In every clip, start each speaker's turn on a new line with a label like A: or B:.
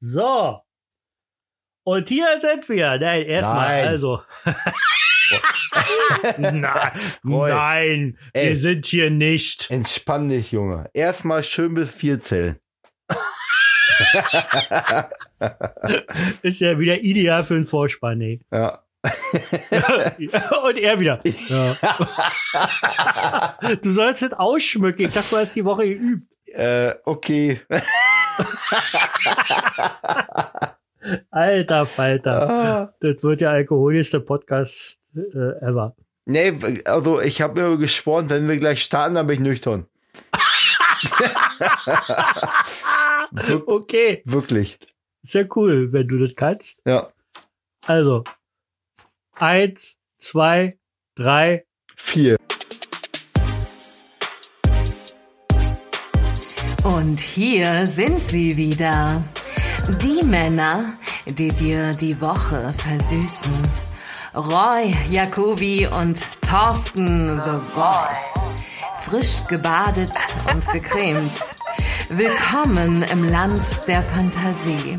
A: So. Und hier sind wir. Nein, erstmal,
B: Nein.
A: also. nein, nein,
B: Ey.
A: wir sind hier nicht.
B: Entspann dich, Junge. Erstmal schön bis vier zählen.
A: Ist ja wieder ideal für den Vorspann, ey.
B: Ja.
A: Und er wieder. Ja. du sollst es ausschmücken. Ich dachte, du hast die Woche geübt.
B: Äh, okay.
A: Alter Falter. Das wird der alkoholischste Podcast äh, ever.
B: nee, also ich habe mir geschworen, wenn wir gleich starten, dann bin ich nüchtern. Wir
A: Okay.
B: wirklich.
A: Ist ja cool, wenn du das kannst.
B: Ja.
A: Also. Eins, zwei, drei.
B: Vier.
C: Und hier sind sie wieder. Die Männer, die dir die Woche versüßen. Roy, Jacobi und Thorsten the Boss. Frisch gebadet und gecremt. Willkommen im Land der Fantasie.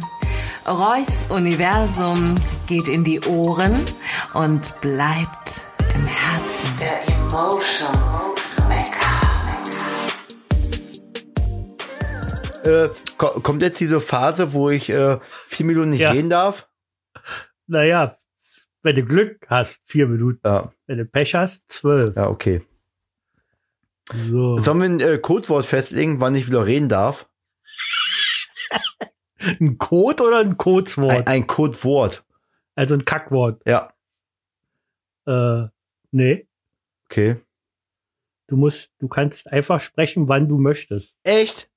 C: Roys Universum geht in die Ohren und bleibt im Herzen. Der Emotion Maker.
B: Äh, ko kommt jetzt diese Phase, wo ich äh, vier Minuten nicht
A: Ja.
B: reden darf?
A: Naja, wenn du Glück hast, vier Minuten.
B: Ja,
A: Wenn du Pech hast, zwölf.
B: ja, okay.
A: So.
B: Sollen wir ein äh, Codewort festlegen, wann ich wieder reden darf?
A: Ein Code oder ein
B: Ein,
A: Codeswort?
B: ein Codewort.
A: Also ein Kackwort.
B: Ja,
A: Äh, nee.
B: okay.
A: Du musst, du kannst einfach sprechen, wann du möchtest.
B: Echt?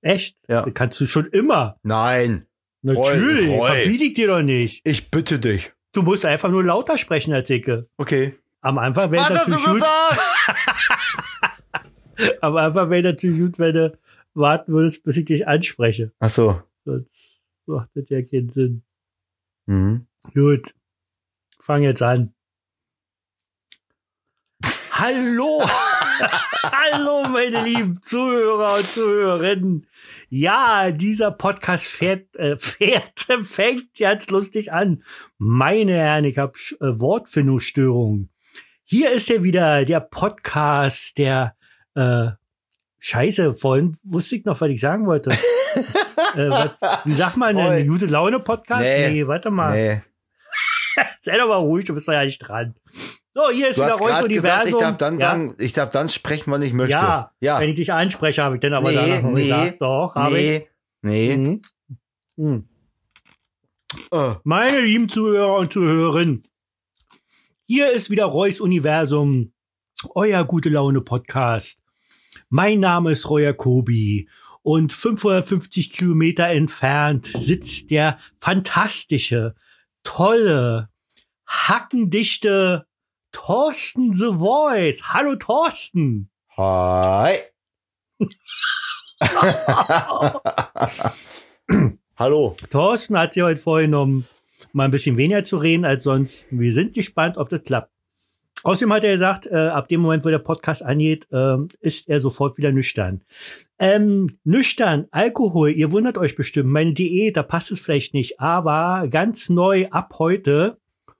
A: Echt?
B: Ja.
A: Das kannst du schon immer.
B: Nein.
A: Natürlich.
B: Roy.
A: Verbiete ich dir doch nicht.
B: Ich bitte dich.
A: Du musst einfach nur lauter sprechen als Icke.
B: Okay.
A: Am Anfang wäre
B: Was hast du
A: natürlich gut,
B: gesagt?
A: am Anfang wäre natürlich gut, wenn du warten würdest, bis ich dich anspreche.
B: Ach so.
A: Sonst macht das ja keinen Sinn.
B: Mhm.
A: Gut. Fang jetzt an. Hallo! Hallo, meine lieben Zuhörer und Zuhörerinnen. Ja, dieser Podcast fährt, äh, fährt, fängt jetzt lustig an. Meine Herren, ich habe äh, Wortfindungsstörungen. Hier ist ja wieder der Podcast der äh, Scheiße. Vorhin wusste ich noch, was ich sagen wollte. äh, was, wie sagt man denn?
B: Voll.
A: Gute Laune Podcast?
B: Nee.
A: nee warte mal.
B: Nee.
A: Sei doch mal ruhig, du bist doch ja nicht dran. So, hier ist
B: Du
A: wieder
B: hast
A: Reus
B: gerade gesagt,
A: Universum.
B: ich darf, dann,
A: ja.
B: dann, ich darf dann sprechen, wann ich möchte.
A: ja,
B: ja.
A: wenn ich dich anspreche, habe ich dann aber
B: Nee,
A: danach noch
B: nee,
A: gesagt. Doch, habe
B: Nee.
A: ich.
B: Nee.
A: Mhm. Mhm.
B: Äh,
A: Meine lieben Zuhörer und Zuhörerinnen, hier ist wieder Reus Universum, euer gute Laune Podcast. Mein Name ist Roy Kobi und 550 Kilometer entfernt sitzt der fantastische, tolle, hackendichte Thorsten The Voice. Hallo Thorsten.
B: Hi. Hallo.
A: Thorsten hat sich heute vorgenommen, mal ein bisschen weniger zu reden als sonst. Wir sind gespannt, ob das klappt. Außerdem hat er gesagt, äh, ab dem Moment, wo der Podcast angeht, ähm, ist er sofort wieder nüchtern. Ähm, nüchtern, Alkohol, ihr wundert euch bestimmt, meine Diät, da passt es vielleicht nicht, aber ganz neu ab heute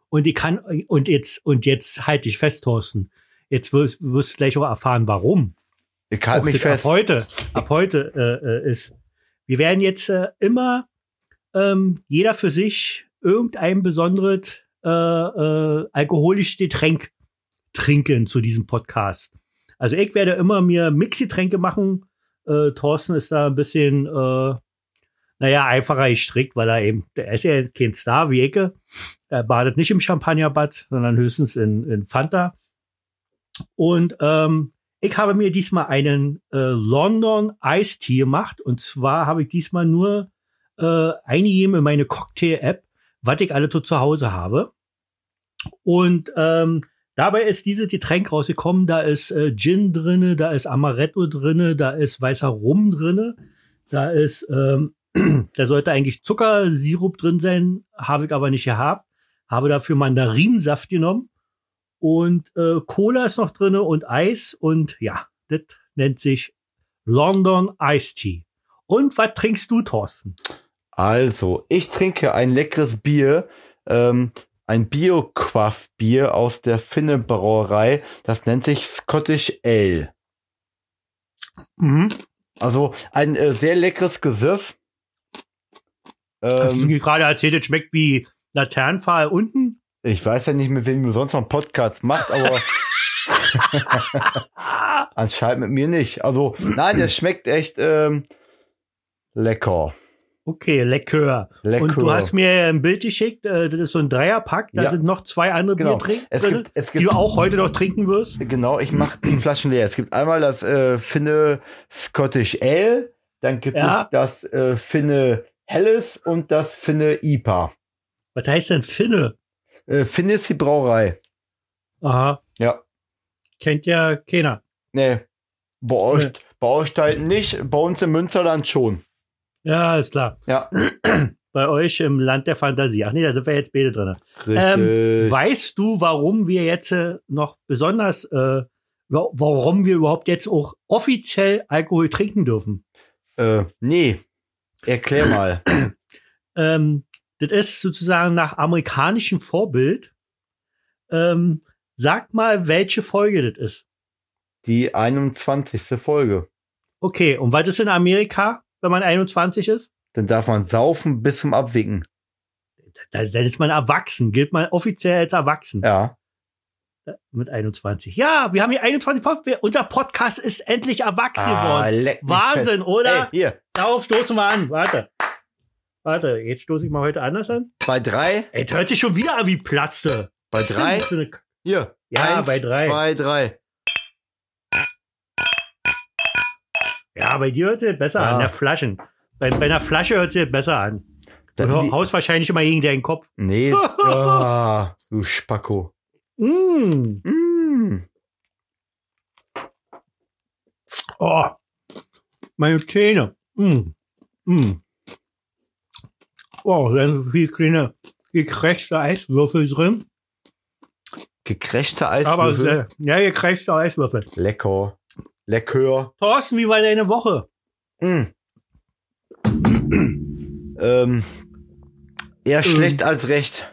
A: und ich kann und jetzt und jetzt halte ich fest, Thorsten. Jetzt wirst, wirst du gleich auch erfahren, warum
B: Ich halte mich
A: das
B: fest.
A: ab heute, ab heute äh, äh, ist. Wir werden jetzt äh, immer ähm, jeder für sich irgendein besonderes äh, äh, alkoholisches Getränk trinken zu diesem Podcast. Also ich werde immer mir Mixi-Tränke machen. Äh, Thorsten ist da ein bisschen, äh, naja, einfacher gestrickt, weil er eben, der ist ja kein Star wie Ecke. Er badet nicht im Champagnerbad, sondern höchstens in, in Fanta. Und ähm, ich habe mir diesmal einen äh, London Ice Tea gemacht und zwar habe ich diesmal nur äh, eingegeben in meine Cocktail-App, was ich alle so zu Hause habe. Und ähm, dabei ist dieses Getränk rausgekommen, da ist äh, Gin drinne, da ist Amaretto drinne, da ist weißer Rum drinne, da ist, ähm, da sollte eigentlich Zuckersirup drin sein, habe ich aber nicht gehabt, habe dafür Mandarinsaft genommen und äh, Cola ist noch drinne und Eis und ja, das nennt sich London Ice Tea. Und was trinkst du, Thorsten?
B: Also, ich trinke ein leckeres Bier, ähm, ein Bio-Quaff-Bier aus der Finne-Brauerei. Das nennt sich Scottish Ale.
A: Mhm.
B: Also ein äh, sehr leckeres Gesöff.
A: Hast du
B: Ähm,
A: mir gerade erzählt, es schmeckt wie Laternenpfahl unten?
B: ich weiß ja nicht, mit wem du sonst noch einen Podcast machst, aber
A: Ah,
B: anscheinend mit mir nicht. Also, nein, das schmeckt echt ähm, lecker.
A: okay, lecker.
B: Lecker.
A: Und du hast mir ein Bild geschickt, äh, das ist so ein Dreierpack, da
B: Ja.
A: sind noch zwei andere
B: Genau.
A: Biertrinken
B: Es
A: drin,
B: gibt- es
A: die
B: gibt-
A: du auch heute noch trinken wirst.
B: Genau, ich mache die Flaschen leer. Es gibt einmal das äh, Finne Scottish Ale, dann gibt
A: Ja.
B: es das äh, Finne Helles und das Finne IPA.
A: Was heißt denn Finne?
B: Äh, Finne ist die Brauerei.
A: Aha,
B: Ja,
A: kennt ja keiner.
B: nee. Bei euch,
A: Nee.
B: bei euch da hinten nicht, bei uns im Münsterland schon.
A: Ja, ist klar.
B: Ja,
A: Bei euch im Land der Fantasie. Ach nee, da sind wir jetzt beide drin. Ähm,
B: richtig.
A: weißt du, warum wir jetzt äh, noch besonders, äh, wa- warum wir überhaupt jetzt auch offiziell Alkohol trinken dürfen?
B: äh, nee, erklär mal.
A: ähm, das ist sozusagen nach amerikanischem Vorbild. Ähm, sag mal, welche Folge das ist.
B: die 21. Folge.
A: Okay, und was ist in Amerika, wenn man 21 ist?
B: Dann darf man saufen bis zum Abwinken.
A: Dann, dann ist man erwachsen, gilt man offiziell als erwachsen
B: Ja,
A: mit 21. Ja, wir haben hier 21 Folgen. Wir- Unser Podcast ist endlich erwachsen
B: Ah,
A: geworden.
B: leck mich
A: Wahnsinn, oder?
B: Ey, hier,
A: Darauf stoßen wir an. Warte. Warte, jetzt stoße ich mal heute anders an.
B: bei drei,
A: Ey, das hört sich schon wieder an wie Plaste.
B: bei
A: Was ist
B: drei,
A: denn das für eine K-
B: hier.
A: Ja,
B: Eins,
A: bei drei.
B: Zwei, drei.
A: Ja, bei dir hört es besser
B: Ja.
A: an, der Flaschen. Bei, bei einer Flasche hört es besser an. Du
B: Dann die-
A: haust wahrscheinlich immer gegen deinen Kopf.
B: nee, ja, du Spacko.
A: Mm.
B: Mm.
A: Oh, meine Zähne. Mm. Mm. Oh, da sind so viele kleine gekrächte Eiswürfel drin.
B: Gecrashte
A: Aber
B: Eiswürfel.
A: sehr, ja, gekrächte Eiswürfel.
B: Lecker. Lecker.
A: Thorsten, wie war deine Woche?
B: Mm. ähm, eher
A: Ähm.
B: schlecht als recht.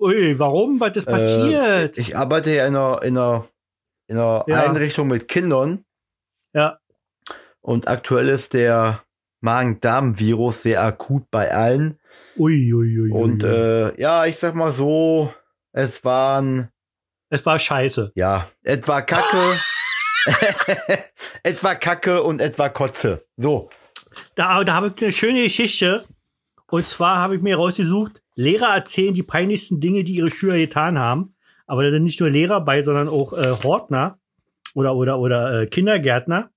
A: Ui, warum? Was
B: Äh,
A: ist passiert?
B: Ich arbeite ja in einer, in einer, in einer
A: Ja.
B: Einrichtung mit Kindern.
A: Ja.
B: Und aktuell ist der Magen-Darm-Virus sehr akut bei allen.
A: Ui, ui, ui, ui.
B: Und
A: ui.
B: äh, ja, ich sag mal so, es waren,
A: es war scheiße.
B: ja, etwa Kacke. etwa Kacke und etwa Kotze. So.
A: Da, da habe ich eine schöne Geschichte. Und zwar habe ich mir rausgesucht, Lehrer erzählen die peinlichsten Dinge, die ihre Schüler getan haben. Aber da sind nicht nur Lehrer bei, sondern auch äh, Hortner oder, oder, oder äh, Kindergärtner.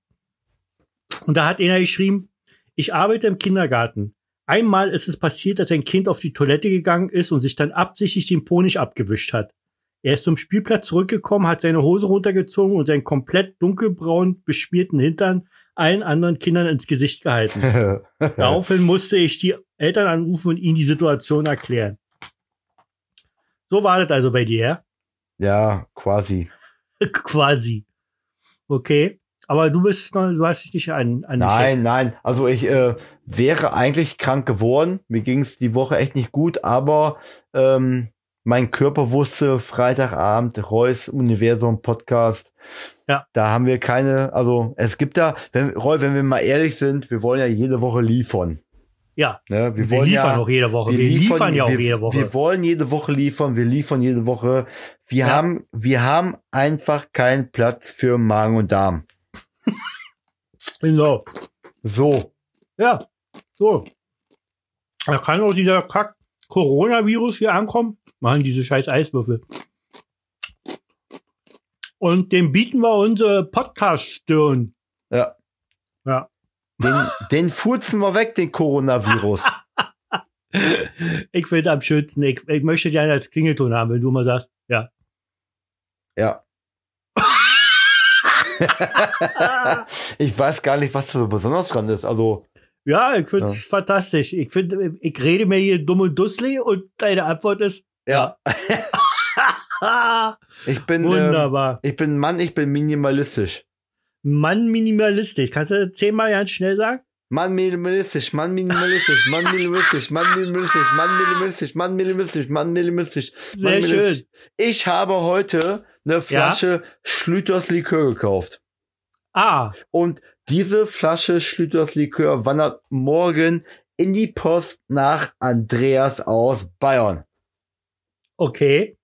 A: Und da hat einer geschrieben, ich arbeite im Kindergarten. Einmal ist es passiert, dass ein Kind auf die Toilette gegangen ist und sich dann absichtlich den Po nicht abgewischt hat. Er ist zum Spielplatz zurückgekommen, hat seine Hose runtergezogen und seinen komplett dunkelbraun beschmierten Hintern allen anderen Kindern ins Gesicht gehalten. Daraufhin musste ich die Eltern anrufen und ihnen die Situation erklären. So war das also bei dir,
B: ja, quasi.
A: ja? quasi. Okay. Aber du bist noch, du hast dich nicht an, an
B: Nein, nein. Also ich äh, wäre eigentlich krank geworden. Mir ging es die Woche echt nicht gut, aber ähm, mein Körper wusste Freitagabend, Reus Universum Podcast.
A: Ja.
B: Da haben wir keine, also es gibt da, wenn, Roy, wenn wir mal ehrlich sind, wir wollen ja jede Woche liefern.
A: Ja.
B: Ne?
A: Wir,
B: Wir, wollen
A: liefern
B: ja,
A: auch jede Woche. Wir, liefern, ja auch
B: wir,
A: jede Woche.
B: Wir wollen jede Woche liefern, wir liefern jede Woche. Wir
A: Ja.
B: haben, wir haben einfach keinen Platz für Magen und Darm.
A: genau.
B: So.
A: Ja. So. Da kann auch dieser Kack Coronavirus hier ankommen. Machen diese scheiß Eiswürfel. Und dem bieten wir unsere Podcast-Stirn.
B: Ja.
A: Ja.
B: Den, den furzen wir weg, den Coronavirus.
A: Ich finde am schönsten, ich, ich möchte gerne als Klingelton haben, wenn du mal sagst, ja.
B: Ja. ich weiß gar nicht, was da so besonders dran ist. Also,
A: Ja, ich finde es fantastisch. Ich finde, ich rede mir hier dumm und dusselig und deine Antwort ist,
B: ja,
A: ah,
B: ich bin, ähm,
A: wunderbar.
B: ich bin Mann, ich bin minimalistisch.
A: Mann minimalistisch. Kannst du das zehnmal ganz schnell sagen?
B: Mann minimalistisch, Mann minimalistisch, Mann minimalistisch, Mann minimalistisch, Mann minimalistisch, Mann minimalistisch, Mann minimalistisch, Mann
A: Sehr schön.
B: minimalistisch. Ich habe heute eine Flasche Schlüters Likör gekauft.
A: Ah,
B: Und diese Flasche Schlüters Likör wandert morgen in die Post nach Andreas aus Bayern.
A: okay.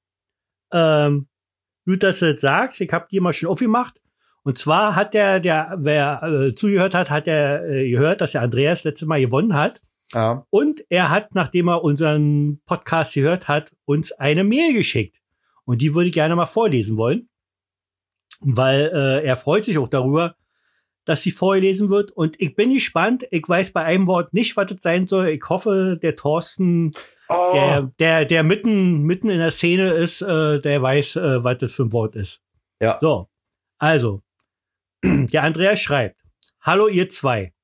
A: Ähm, gut, dass du das sagst. Ich habe die mal schon aufgemacht. Und zwar hat der, der, wer äh, zugehört hat, hat er äh, gehört, dass der Andreas letztes Mal gewonnen hat.
B: Ja.
A: Und er hat, nachdem er unseren Podcast gehört hat, uns eine Mail geschickt. Und die würde ich gerne mal vorlesen wollen, weil äh, er freut sich auch darüber, dass sie vorgelesen wird. Und ich bin gespannt. Ich weiß bei einem Wort nicht, was es sein soll. Ich hoffe, der Thorsten,
B: Oh,
A: der, der, der mitten, mitten in der Szene ist, äh, der weiß, äh, was das für ein Wort ist.
B: Ja.
A: So, also, der Andreas schreibt, Hallo ihr zwei.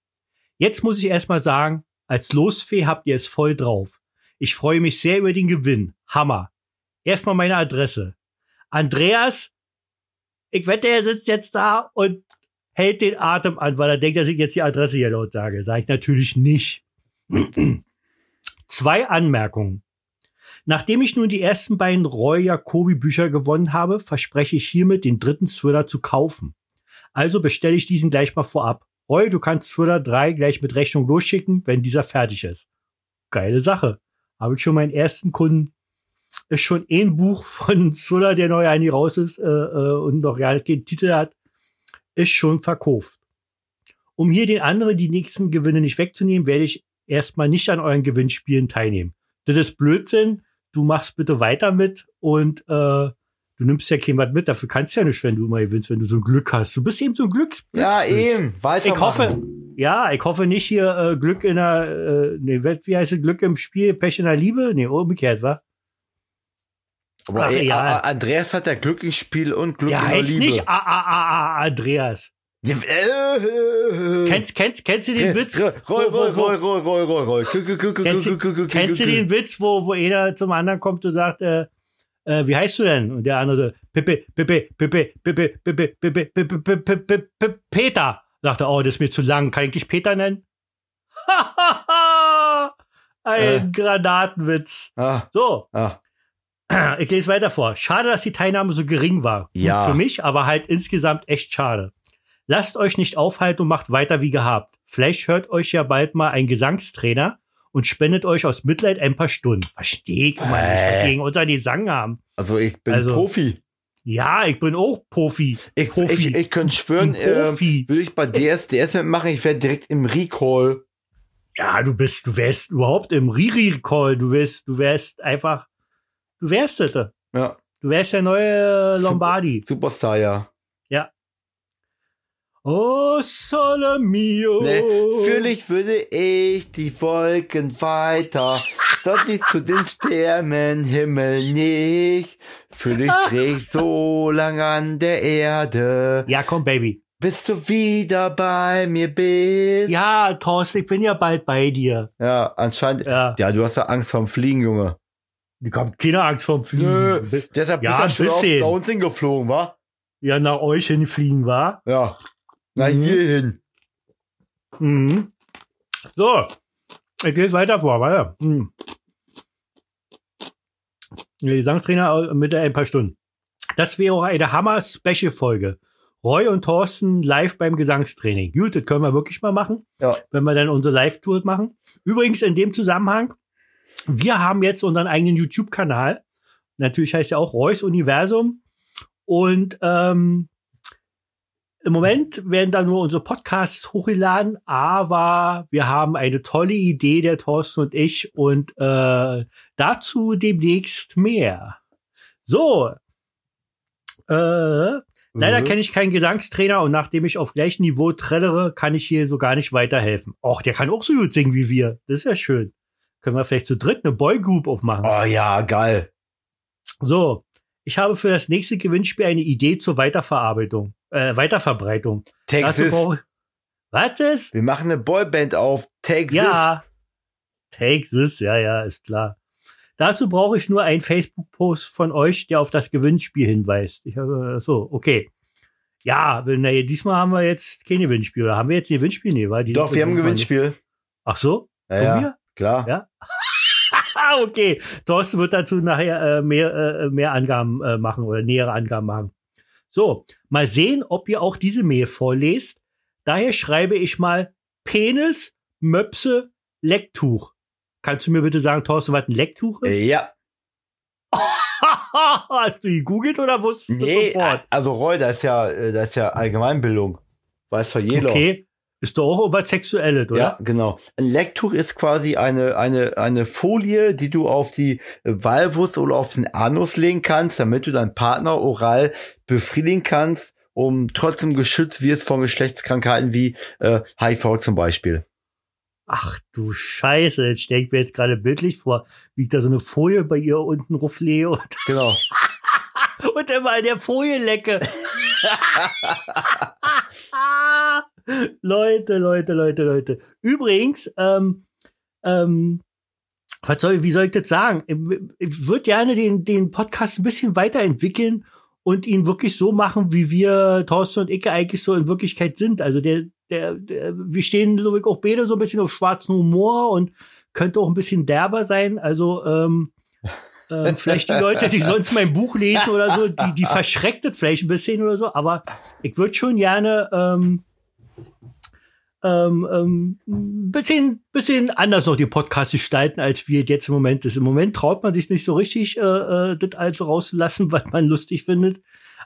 A: Jetzt muss ich erstmal sagen, als Losfee habt ihr es voll drauf. Ich freue mich sehr über den Gewinn. Hammer. Erstmal meine Adresse. Andreas, ich wette, er sitzt jetzt da und hält den Atem an, weil er denkt, dass ich jetzt die Adresse hier laut sage. Sage ich natürlich nicht. Zwei Anmerkungen. Nachdem ich nun die ersten beiden Roy Jacobi Bücher gewonnen habe, verspreche ich hiermit den dritten Thriller zu kaufen. Also bestelle ich diesen gleich mal vorab. Roy, du kannst Thriller 3 gleich mit Rechnung losschicken, wenn dieser fertig ist. Geile Sache. Habe ich schon meinen ersten Kunden. Ist schon eh ein Buch von Thriller, der neu eigentlich raus ist äh, äh, und noch gar keinen Titel hat, ist schon verkauft. Um hier den anderen die nächsten Gewinne nicht wegzunehmen, werde ich erstmal nicht an euren Gewinnspielen teilnehmen. Das ist Blödsinn. Du machst bitte weiter mit und äh, du nimmst ja kein was mit. Dafür kannst du ja nicht, wenn du mal gewinnst, wenn du so ein Glück hast. Du bist eben so ein Glücks.
B: ja,
A: Glücksblitz.
B: eben. Weiter.
A: Ich hoffe, ja, ich hoffe nicht hier äh, Glück in der, äh, nee, wie wie heißt es, Glück im Spiel, Pech in der Liebe? Nee, umgekehrt, wa?
B: Aber,
A: Ach,
B: ey,
A: ja.
B: A- A- Andreas hat ja Glück im Spiel und Glück
A: ja,
B: in der
A: heißt
B: Liebe.
A: nicht A, A, A, A, Andreas.
B: Ja, äh,
A: Kennst, kennst, kennst du den Witz?
B: Roll, roll,
A: wo- wo-
B: roll,
A: wo-
B: roll, roll, roll, roll, roll. Kuh, kuh, kuh, kuh,
A: Kennst
B: kuh,
A: du,
B: kuh, kuh, kuh,
A: kennst du
B: kuh, kuh.
A: den Witz, wo, wo einer zum anderen kommt und sagt, äh, äh, wie heißt du denn? Und der andere, Pippe, Pippe, Pippe, Pippe, Pippe, Pippe, Pippe, Pippe, Pippe, Peter. Sagt er, oh, das ist mir zu lang, kann ich dich Peter nennen? Ein
B: Äh.
A: Granatenwitz.
B: Ah,
A: So,
B: ah.
A: Ich lese weiter vor. Schade, dass die Teilnahme so gering war. Gut
B: Ja.
A: Für mich, aber halt insgesamt echt schade. Lasst euch nicht aufhalten und macht weiter wie gehabt. Vielleicht hört euch ja bald mal ein Gesangstrainer und spendet euch aus Mitleid ein paar Stunden. Verstehe ich mal nicht, was
B: Äh.
A: wir gegen unseren Gesang haben.
B: Also ich bin
A: Also,
B: Profi.
A: Ja, ich bin auch Profi.
B: Ich,
A: Profi.
B: ich, ich könnte schwören, äh,
A: Profi.
B: würde ich bei DSDS mitmachen, ich wäre direkt im Recall.
A: Ja, du bist, du wärst überhaupt im Riri-Call. Du wärst, du wärst einfach, du wärst das. Du
B: Ja,
A: wärst der neue
B: Super.
A: Lombardi.
B: Superstar, ja.
A: Oh, Sole mio.
B: Ne,
A: Oh.
B: Natürlich würde ich die Wolken weiter, dort nicht zu den Sternen, Himmel nicht. Natürlich dreh ich so lang an der Erde,
A: Ja, komm, Baby.
B: bis du wieder bei mir bist.
A: Ja, Thorsten, ich bin ja bald bei dir.
B: Ja, anscheinend.
A: Ja.
B: Ja, du hast ja Angst vorm Fliegen, Junge.
A: Ich hab keine Angst vorm
B: Nö,
A: Fliegen.
B: deshalb
A: Ja,
B: bist du
A: ein
B: ja schon auf,
A: bisschen.
B: bei uns hingeflogen, wa?
A: Ja, nach euch hinfliegen, wa?
B: Ja. Nein,
A: Mhm.
B: hier hin.
A: Mhm. So, ich lese weiter vor, weiter. Mhm. Der Gesangstrainer mit ein paar Stunden. Das wäre auch eine Hammer-Special-Folge. Roy und Thorsten live beim Gesangstraining. Gut, das können wir wirklich mal machen.
B: Ja.
A: wenn wir dann unsere Live-Tour machen. Übrigens in dem Zusammenhang, wir haben jetzt unseren eigenen YouTube-Kanal. Natürlich heißt er auch Reus Universum. Und ähm, im Moment werden da nur unsere Podcasts hochgeladen, aber wir haben eine tolle Idee, der Thorsten und ich, und äh, dazu demnächst mehr. So. Äh, Leider
B: Mhm.
A: kenne ich keinen Gesangstrainer und nachdem ich auf gleichem Niveau trellere, kann ich hier so gar nicht weiterhelfen. Och, der kann auch so gut singen wie wir. Das ist ja schön. Können wir vielleicht zu dritt eine Boygroup aufmachen.
B: Oh ja, geil.
A: So, ich habe für das nächste Gewinnspiel eine Idee zur Weiterverarbeitung, äh, Weiterverbreitung.
B: Take
A: Dazu
B: this.
A: brauche ich. Was ist?
B: Wir machen eine Boyband auf. Take
A: Ja. Take this, ja, ja, ist klar. Dazu brauche ich nur einen Facebook-Post von euch, der auf das Gewinnspiel hinweist. Ich habe, so, äh, okay. Ja, wenn- na, diesmal haben wir jetzt keine Gewinnspiel. Oder haben wir jetzt ein Gewinnspiel? Nee, weil die
B: Doch, wir haben ein Gewinnspiel.
A: Ach so?
B: Ja,
A: Schon
B: ja,
A: wieder?
B: klar.
A: Ja. Ah, okay. Thorsten wird dazu nachher äh, mehr, äh, mehr Angaben äh, machen oder nähere Angaben machen. So, mal sehen, ob ihr auch diese Mail vorlest. Daher schreibe ich mal Penis, Möpse, Lecktuch. Kannst du mir bitte sagen, Thorsten, was ein Lecktuch ist?
B: Äh, Ja,
A: Hast du gegoogelt oder wusstest du
B: nee,
A: sofort?
B: also Roy, das ist ja, äh, das ist ja Allgemeinbildung. Weiß doch jeder.
A: Okay. Ist doch auch was Sexuelles, oder?
B: Ja, genau. Ein Lecktuch ist quasi eine, eine, eine Folie, die du auf die Valvus oder auf den Anus legen kannst, damit du deinen Partner oral befriedigen kannst, um trotzdem geschützt wirst von Geschlechtskrankheiten wie äh, HIV zum Beispiel.
A: Ach du Scheiße, jetzt stell ich mir jetzt gerade bildlich vor, wie ich da so eine Folie bei ihr unten rufflehe und,
B: Genau.
A: und immer an der Folie lecke. Leute, Leute, Leute, Leute. Übrigens, ähm, ähm, was soll, wie soll ich das sagen? Ich- Ich würde gerne den, den Podcast ein bisschen weiterentwickeln und ihn wirklich so machen, wie wir Thorsten und Icke eigentlich so in Wirklichkeit sind. Also der, der, der wir stehen, glaube ich, auch beide so ein bisschen auf schwarzen Humor und könnte auch ein bisschen derber sein. Also ähm, ähm, vielleicht die Leute, die sonst mein Buch lesen oder so, die, die verschreckt das vielleicht ein bisschen oder so. Aber ich würde schon gerne ähm, ähm, ähm, ein bisschen, bisschen anders noch die Podcasts gestalten, als wir jetzt im Moment ist. Im Moment traut man sich nicht so richtig, äh, äh, das also rauszulassen, was man lustig findet.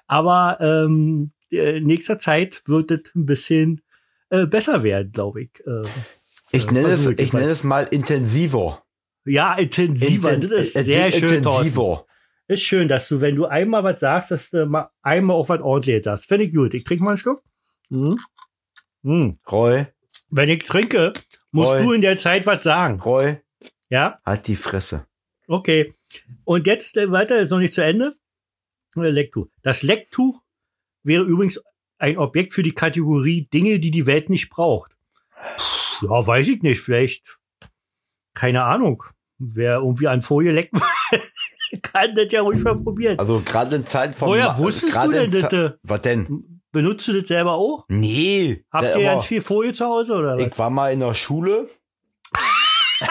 A: Aber ähm, in nächster Zeit wird das ein bisschen äh, besser werden, glaube ich. Äh,
B: Ich nenne es,
A: versuche ich
B: ich nenne es mal intensiver.
A: ja, intensiver.
B: Inten-
A: das ist
B: es
A: sehr
B: wird
A: schön, Thorsten.
B: intensiver.
A: Ist schön, dass du, wenn du einmal was sagst, dass du mal einmal auch was ordentliches sagst. Finde ich gut. Ich trinke mal einen Schluck. Mhm. Mhm.
B: Roy,
A: Wenn ich trinke, musst
B: Roy.
A: du in der Zeit was sagen.
B: Roy,
A: Ja,
B: halt die Fresse.
A: okay. Und jetzt äh, weiter, ist noch nicht zu Ende. Äh, Lecktuch. Das Lecktuch wäre übrigens ein Objekt für die Kategorie Dinge, die die Welt nicht braucht. Pff, ja, weiß ich nicht. Vielleicht, keine Ahnung. Wer irgendwie an Folie lecken will, kann das ja ruhig mal probieren.
B: Also gerade in Zeiten von
A: Woher
B: Ma-
A: wusstest du
B: gerade
A: denn
B: in
A: das?
B: Ze-
A: äh?
B: Was denn?
A: Benutzt du das selber auch?
B: Nee.
A: Habt
B: da-
A: ihr
B: aber-
A: ganz viel Folie zu Hause oder was?
B: Ich war mal in der Schule.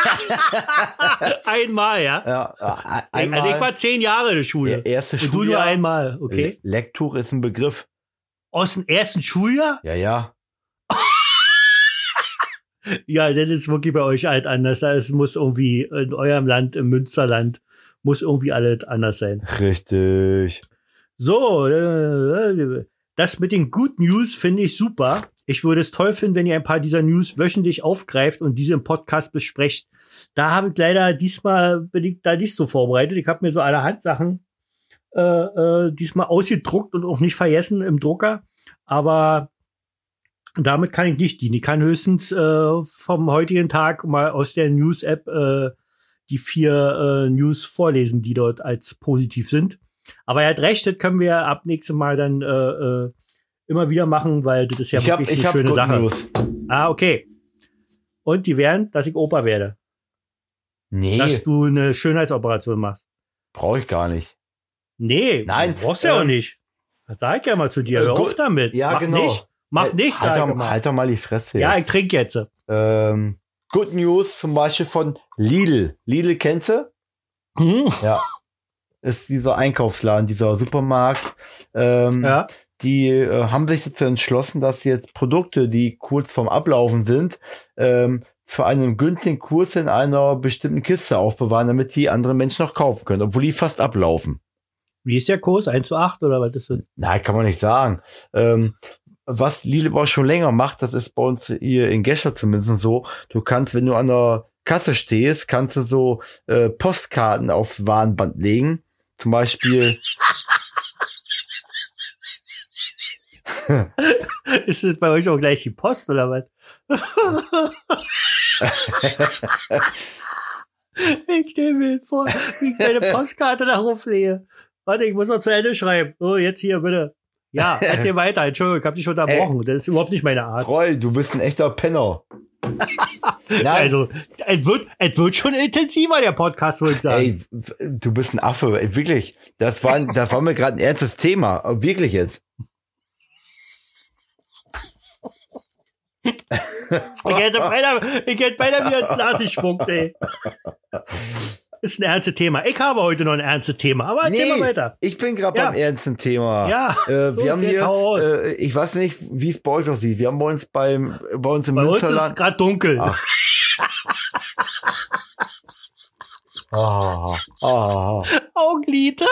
A: Einmal, ja.
B: Ja, ja,
A: Ich-
B: einmal,
A: Also ich war zehn Jahre in der Schule.
B: Ja, erste
A: und du nur
B: Schuljahr.
A: einmal, okay?
B: Lecktuch ist ein Begriff.
A: Aus dem ersten Schuljahr?
B: Ja, ja.
A: Ja, das ist wirklich bei euch halt anders. Es muss irgendwie in eurem Land, im Münsterland, muss irgendwie alles anders sein.
B: Richtig.
A: So, äh, das mit den Good News finde ich super. Ich würde es toll finden, wenn ihr ein paar dieser News wöchentlich aufgreift und diese im Podcast besprecht. Da habe ich leider diesmal bin ich da nicht so vorbereitet. Ich habe mir so allerhand Sachen äh, äh, diesmal ausgedruckt und auch nicht vergessen im Drucker. Aber damit kann ich nicht dienen. Ich kann höchstens äh, vom heutigen Tag mal aus der News-App äh, die vier äh, News vorlesen, die dort als positiv sind. Aber er hat recht, das können wir ab nächstem Mal dann äh, äh, immer wieder machen, weil das ist ja
B: ich habe
A: wirklich
B: ich
A: eine
B: hab
A: schöne
B: Good
A: Sache.
B: News.
A: Ah, okay. Und die wären, dass ich Opa werde.
B: Nee,
A: Dass du eine Schönheitsoperation machst.
B: brauche ich gar nicht.
A: Nee,
B: Nein,
A: du brauchst ja auch
B: ähm,
A: nicht. Das sag ich ja mal zu dir.
B: äh,
A: Hör
B: gut.
A: auf damit.
B: Ja,
A: Mach
B: genau.
A: nicht. Mach
B: Äh,
A: nicht,
B: Halt
A: sag
B: doch,
A: ich mal.
B: halt doch mal die Fresse.
A: ja,
B: jetzt.
A: ich trinke jetzt.
B: Ähm, Good News zum Beispiel von Lidl. Lidl kennst du? Mhm.
A: Hm?
B: Ist dieser Einkaufsladen, dieser Supermarkt. Ähm,
A: Ja.
B: die äh, haben sich dazu entschlossen, dass sie jetzt Produkte, die kurz vorm Ablaufen sind, ähm, für einen günstigen Kurs in einer bestimmten Kiste aufbewahren, damit die anderen Menschen noch kaufen können, obwohl die fast ablaufen.
A: Wie ist der Kurs? 1 zu 8 oder was ist das?
B: Nein, kann man nicht sagen. Ähm, was Lidl aber schon länger macht, das ist bei uns hier in Gescher zumindest so, du kannst, wenn du an der Kasse stehst, kannst du so äh, Postkarten aufs Warenband legen. Zum Beispiel,
A: Ist das bei euch auch gleich die Post oder was? ich stelle mir vor, wie ich deine Postkarte da rumflehe. Warte, ich muss noch zu Ende schreiben. Oh, jetzt hier, bitte. Ja, erzähl weiter. Entschuldigung, ich habe dich unterbrochen.
B: Äh,
A: Das ist überhaupt nicht meine Art.
B: Roy, du bist ein echter Penner. Nein,
A: Also, es wird, es wird schon intensiver, der Podcast, würde ich sagen.
B: Ey, w- du bist ein oh, Affe, ey, wirklich. Das war, das war mir gerade ein ernstes Thema, wirklich jetzt.
A: Ich hätte beinahe, ich hätte beinahe wieder ins Glas gespuckt, ey. Ist ein ernstes Thema. Ich habe heute noch ein ernstes Thema, aber erzähl mal weiter.
B: Ich bin gerade
A: Ja.
B: beim ernsten Thema.
A: Ja,
B: Äh,
A: so,
B: wir haben
A: jetzt hau
B: hier,
A: raus.
B: äh, ich weiß nicht, wie es bei euch aussieht. Wir haben bei uns beim, bei uns im
A: Bei uns ist es
B: Münsterland.
A: gerade dunkel.
B: Ah. Ah, ah.
A: Augenlid.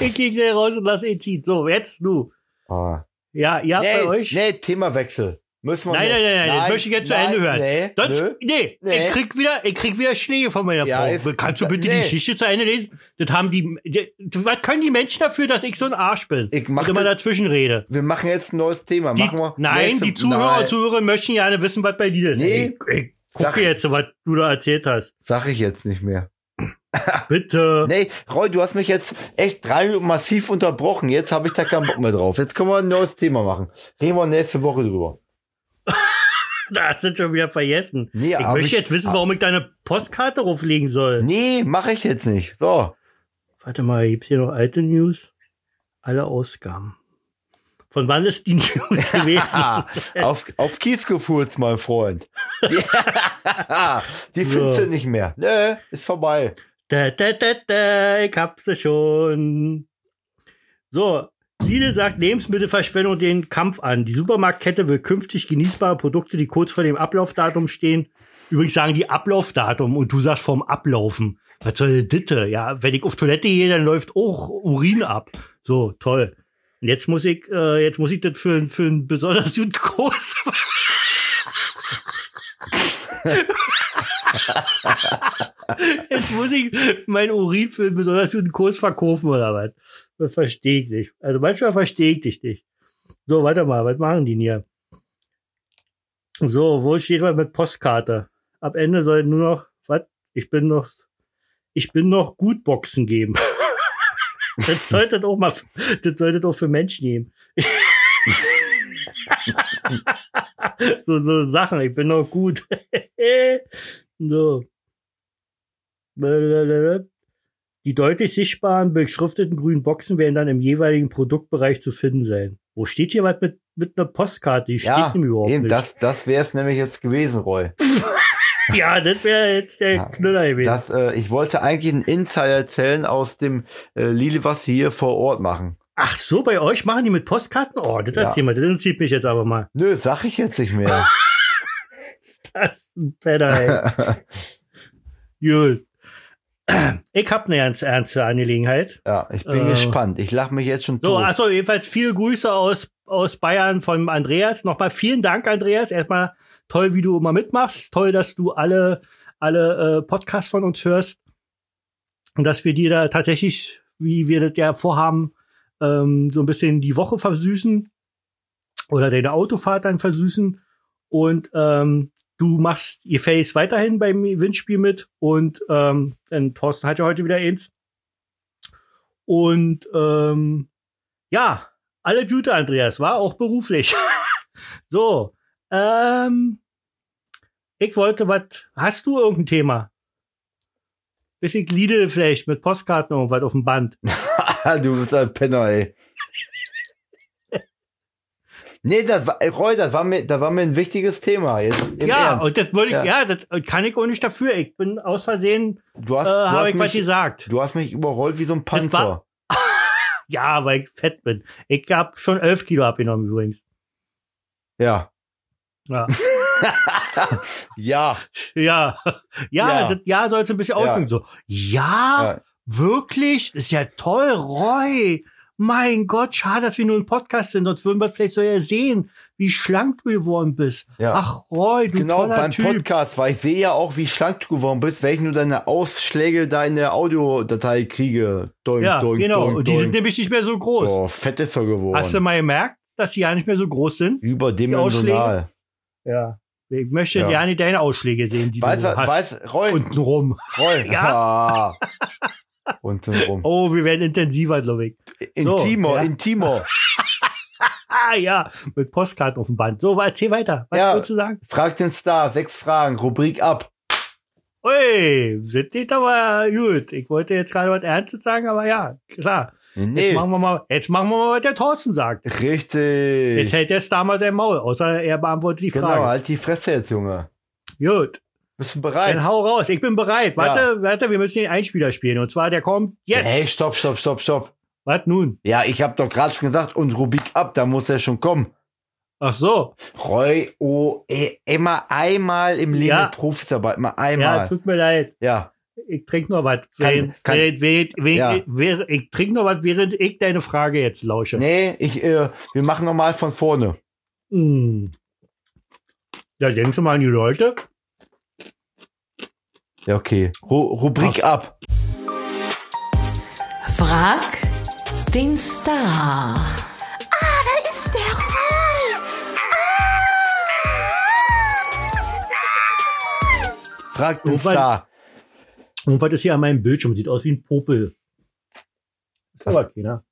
A: ich gehe gleich raus und lass ihn ziehen. So, jetzt du.
B: ah.
A: Ja, ihr habt
B: Nee,
A: bei euch.
B: nee, Themawechsel. Müssen wir
A: Nein, nein,
B: nicht.
A: nein, nein, das möchte ich jetzt zu Ende hören.
B: Nee,
A: Sonst,
B: nö.
A: nee,
B: Nee.
A: ich krieg wieder, ich krieg wieder Schläge von meiner
B: Ja,
A: Frau.
B: ist-
A: Kannst du bitte
B: nee.
A: die Geschichte zu Ende lesen? Das haben die, die, was können die Menschen dafür, dass ich so ein Arsch bin?
B: Ich mach
A: und immer
B: das-
A: dazwischen rede.
B: Wir machen jetzt ein neues Thema.
A: Die,
B: machen wir
A: nein,
B: nächste-
A: die Zuhörer
B: Nein,
A: und Zuhörerinnen möchten gerne wissen, was bei dir ist.
B: Nee.
A: Ich, ich gucke
B: Sag-
A: jetzt, was du da erzählt hast.
B: Sag ich jetzt nicht mehr.
A: Bitte.
B: Nee, Roy, du hast mich jetzt echt drei Minuten massiv unterbrochen. Jetzt habe ich da keinen Bock mehr drauf. Jetzt können wir ein neues Thema machen. Reden wir nächste Woche drüber.
A: Da hast du schon wieder vergessen.
B: Nee,
A: ich
B: aber
A: möchte
B: ich- Hm.
A: jetzt wissen, warum ich deine Postkarte drauflegen soll.
B: Nee, mache ich jetzt nicht. So.
A: Warte mal, gibt's hier noch alte News? Alle Ausgaben. Von wann ist die News gewesen?
B: auf, auf Kies gefurzt, mein Freund. die findest du
A: So.
B: nicht mehr. Nee, ist vorbei.
A: Da, da, da, da, ich hab sie schon. So, Lidl sagt Lebensmittelverschwendung den Kampf an. Die Supermarktkette will künftig genießbare Produkte, die kurz vor dem Ablaufdatum stehen. Übrigens sagen die Ablaufdatum und du sagst vom Ablaufen. Was soll denn Ditte? Ja, wenn ich auf Toilette gehe, dann läuft auch Urin ab. So, toll. Und jetzt muss ich, äh, jetzt muss ich das für, einen- für einen besonders guten Kurs Jetzt muss ich mein Urin für einen besonders guten Kurs verkaufen oder was? Das verstehe ich nicht. Also manchmal verstehe ich dich nicht. So, warte mal, was machen die denn hier? So, wo steht was mit Postkarte? Ab Ende soll nur noch, was? Ich bin noch, ich bin noch Gutboxen geben. das sollte doch mal, das sollte doch für Menschen geben. so, so Sachen, ich bin noch gut. so. Blablabla. Die deutlich sichtbaren beschrifteten grünen Boxen werden dann im jeweiligen Produktbereich zu finden sein. Wo steht hier was mit, mit einer Postkarte? Die
B: ja,
A: steht nämlich überhaupt
B: eben,
A: nicht.
B: das, das wäre es nämlich jetzt gewesen, Roy.
A: Ja, das wäre jetzt der
B: Ja,
A: Knüller gewesen.
B: Das, äh, ich wollte eigentlich einen Insider erzählen aus dem äh, Lille, was sie hier vor Ort machen.
A: Ach so, bei euch machen die mit Postkarten? Oh, das
B: Ja.
A: erzähl mal, das interessiert mich jetzt aber mal.
B: Nö, sag ich jetzt nicht mehr.
A: Das ist ein Penner, ey. Gut. Ich hab eine ganz ernste Angelegenheit.
B: ja, ich bin
A: Äh.
B: gespannt. Ich lache mich jetzt schon
A: So,
B: tot.
A: achso, jedenfalls viele Grüße aus, aus Bayern von Andreas. Nochmal vielen Dank, Andreas. Erstmal toll, wie du immer mitmachst. Toll, dass du alle, alle äh, Podcasts von uns hörst. Und dass wir dir da tatsächlich, wie wir das ja vorhaben, ähm, so ein bisschen die Woche versüßen oder deine Autofahrt dann versüßen. Und ähm, du machst ihr Face weiterhin beim Windspiel mit. Und ähm, denn Thorsten hat ja heute wieder eins. Und ähm, ja, alle Güte, Andreas, war auch beruflich. so, ähm, ich wollte was, hast du irgendein Thema? Bisschen Lidl vielleicht mit Postkarten irgendwas auf dem Band.
B: Ah, du bist ein Penner, ey. Nee, das war, ey, Roy, das war mir, das war mir ein wichtiges Thema. Jetzt, im
A: ja,
B: Ernst.
A: und das würde ich,
B: Ja.
A: ja, das kann ich auch nicht dafür. Ich bin aus Versehen,
B: du hast,
A: äh,
B: du,
A: habe
B: hast
A: ich was
B: mich,
A: gesagt.
B: du hast mich überrollt wie so ein
A: war-
B: Panzer.
A: Ja, weil ich fett bin. Ich habe schon elf Kilo abgenommen übrigens.
B: Ja.
A: Ja,
B: Ja.
A: ja, ja,
B: Ja.
A: das ja sollst du ein bisschen
B: Ja.
A: ausdrücken. So, ja,
B: ja.
A: Wirklich? Das ist ja toll, Roy. Mein Gott, schade, dass wir nur ein Podcast sind, sonst würden wir vielleicht so ja sehen, wie schlank du geworden bist.
B: Ja.
A: Ach, Roy, du
B: Genau,
A: toller
B: beim
A: Typ.
B: Podcast, weil ich sehe ja auch, wie schlank du geworden bist, wenn ich nur deine Ausschläge da in der Audiodatei kriege. Doink,
A: ja,
B: doink,
A: genau.
B: doink,
A: Und die sind
B: doink.
A: nämlich nicht mehr so groß.
B: oh, fett ist er geworden.
A: Hast du mal gemerkt, dass die ja nicht mehr so groß sind?
B: Überdimensional.
A: Ja. Ich möchte
B: Ja.
A: gerne deine Ausschläge sehen, die
B: Weiß,
A: du hast.
B: weiß, Roy,
A: Unten rum.
B: Roll. Ja. Unten rum.
A: Oh, wir werden intensiver, glaube ich.
B: Intimer,
A: ja.
B: intimer.
A: Ah ja, mit Postkarten auf dem Band. So, erzähl weiter. Was
B: Ja.
A: willst du sagen?
B: Frag den Star, sechs Fragen, Rubrik ab.
A: Ui, das geht aber gut. Ich wollte jetzt gerade was Ernstes sagen, aber ja, klar. Jetzt,
B: Nee,
A: machen wir mal, jetzt machen wir mal, was der Thorsten sagt.
B: richtig.
A: Jetzt hält der Star mal sein Maul, außer er beantwortet die
B: genau,
A: Frage.
B: halt die Fresse jetzt, Junge.
A: Gut,
B: Bist du
A: dann
B: bereit?
A: hau raus. Ich bin bereit.
B: Halt. Ja.
A: Warte, warte, wir müssen den Einspieler spielen. Und zwar, der kommt jetzt.
B: Hey, stopp, stopp, stopp, stopp.
A: Was nun?
B: Ja, ich habe doch gerade schon gesagt, und Rubik ab, da muss er schon kommen.
A: Ach so.
B: Roy, oh, ey, immer einmal im Leben
A: Ja.
B: mit Profis dabei, mal
A: Ja,
B: einmal.
A: tut mir leid.
B: Ja,
A: Ich trinke noch was.
B: Kann-
A: Während,
B: kann-
A: während, während,
B: Ja.
A: während, während, ich trinke noch was, während ich deine Frage jetzt lausche.
B: nee, ich, äh, wir machen nochmal von vorne.
A: Mm. Ja, denkst du mal an die Leute?
B: Ja, okay. Ru Rubrik ab.
C: Frag den Star.
D: Ah, da ist der Roy. Ah!
B: Fragt den
A: Wobei-
B: Star.
A: Und was ist hier an meinem Bildschirm? Sieht aus wie ein Popel. Ist aber keiner.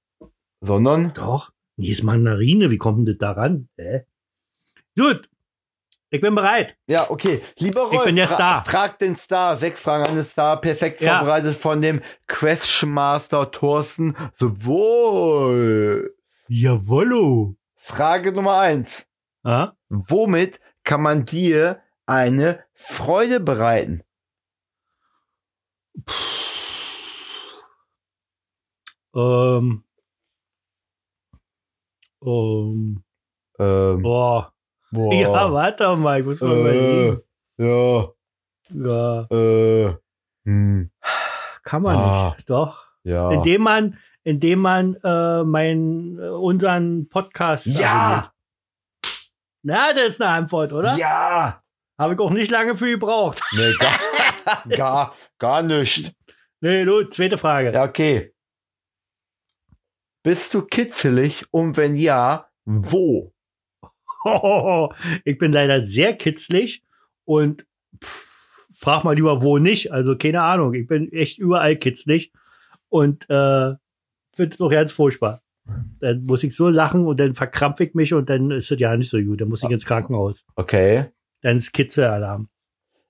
B: Sondern,
A: Doch. Nee, ist Mandarine. Wie kommt denn das daran? Hä? Gut. Ich bin bereit.
B: ja, okay. Lieber Roy,
A: Ich bin der Star.
B: fragt den Star. Sechs Fragen an den Star. Perfekt
A: Ja.
B: vorbereitet von dem Question Master Thorsten. Sowohl.
A: Jawollo.
B: Frage Nummer eins.
A: Ja?
B: Womit kann man dir eine Freude bereiten?
A: Ähm. Ähm.
B: Ähm,
A: Boah.
B: boah.
A: Oh. Ja, warte mal. Ich muss mal
B: Äh,
A: überlegen.
B: ja,
A: Ja,
B: äh, hm,
A: kann man
B: Ah.
A: nicht. Doch.
B: ja.
A: Indem man, indem man äh, meinen, äh, unseren Podcast. abonniert.
B: ja,
A: Na, das ist eine Antwort, oder?
B: ja.
A: Habe ich auch nicht lange für gebraucht.
B: Nee, gar, gar, gar nicht.
A: Nee, du, zweite Frage.
B: Ja, okay. Bist du kitzelig und wenn ja, wo?
A: Hohoho. Ich bin leider sehr kitzlig und pff, frag mal lieber, wo nicht. Also keine Ahnung. Ich bin echt überall kitzlig und äh, finde es auch ganz furchtbar. Dann muss ich so lachen und dann verkrampfe ich mich und dann ist es ja nicht so gut. Dann muss ich ins Krankenhaus.
B: Okay.
A: Dann ist Kitzelalarm.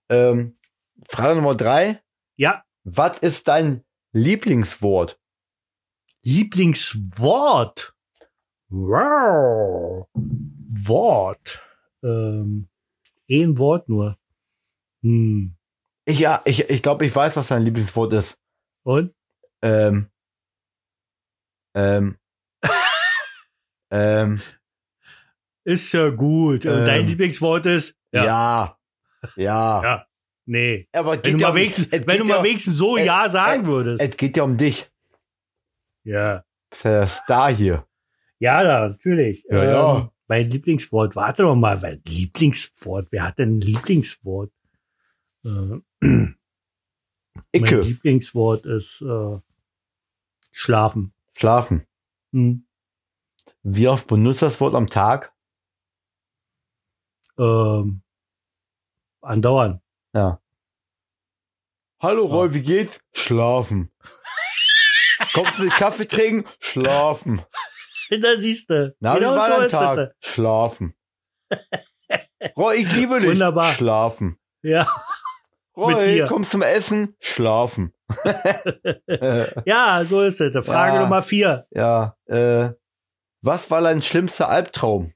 B: Ähm, Frage Nummer drei.
A: Ja,
B: Was ist dein Lieblingswort?
A: Lieblingswort. Wow. Wort. Ähm, ein Wort nur. Hm.
B: Ich, ja, ich, ich glaube, ich weiß, was dein Lieblingswort ist.
A: Und?
B: Ähm, ähm, ähm,
A: Ist ja gut. Und dein
B: Ähm.
A: Lieblingswort ist?
B: Ja. Ja.
A: Ja. Nee.
B: Aber es
A: Wenn
B: geht
A: du
B: ja
A: mal
B: um,
A: wenigstens,
B: es
A: wenn
B: geht
A: du mal
B: ja,
A: wenigstens so
B: äh,
A: Ja sagen würdest.
B: Es geht ja um dich.
A: ja.
B: Du bist ja der Star hier.
A: Ja, da, natürlich. Ähm,
B: Ja, ja.
A: Mein Lieblingswort, warte doch mal, mein Lieblingswort, wer hat denn ein Lieblingswort? Äh, mein
B: Icke.
A: Lieblingswort ist äh, Schlafen.
B: Schlafen.
A: Hm.
B: Wie oft benutzt das Wort am Tag?
A: ähm, andauern.
B: Ja. Hallo
A: Roy,
B: wie geht's? Schlafen. Kommst du Kaffee trinken? Schlafen.
A: Da siehst du. Genau
B: Na, wie war dein
A: das.
B: Tag? Schlafen. Roy, ich liebe dich.
A: Wunderbar.
B: Schlafen.
A: Ja, Mit
B: Roy,
A: dir.
B: kommst zum Essen? Schlafen.
A: ja, so ist es. Frage
B: Ja.
A: Nummer vier.
B: ja, äh, was war dein schlimmster Albtraum?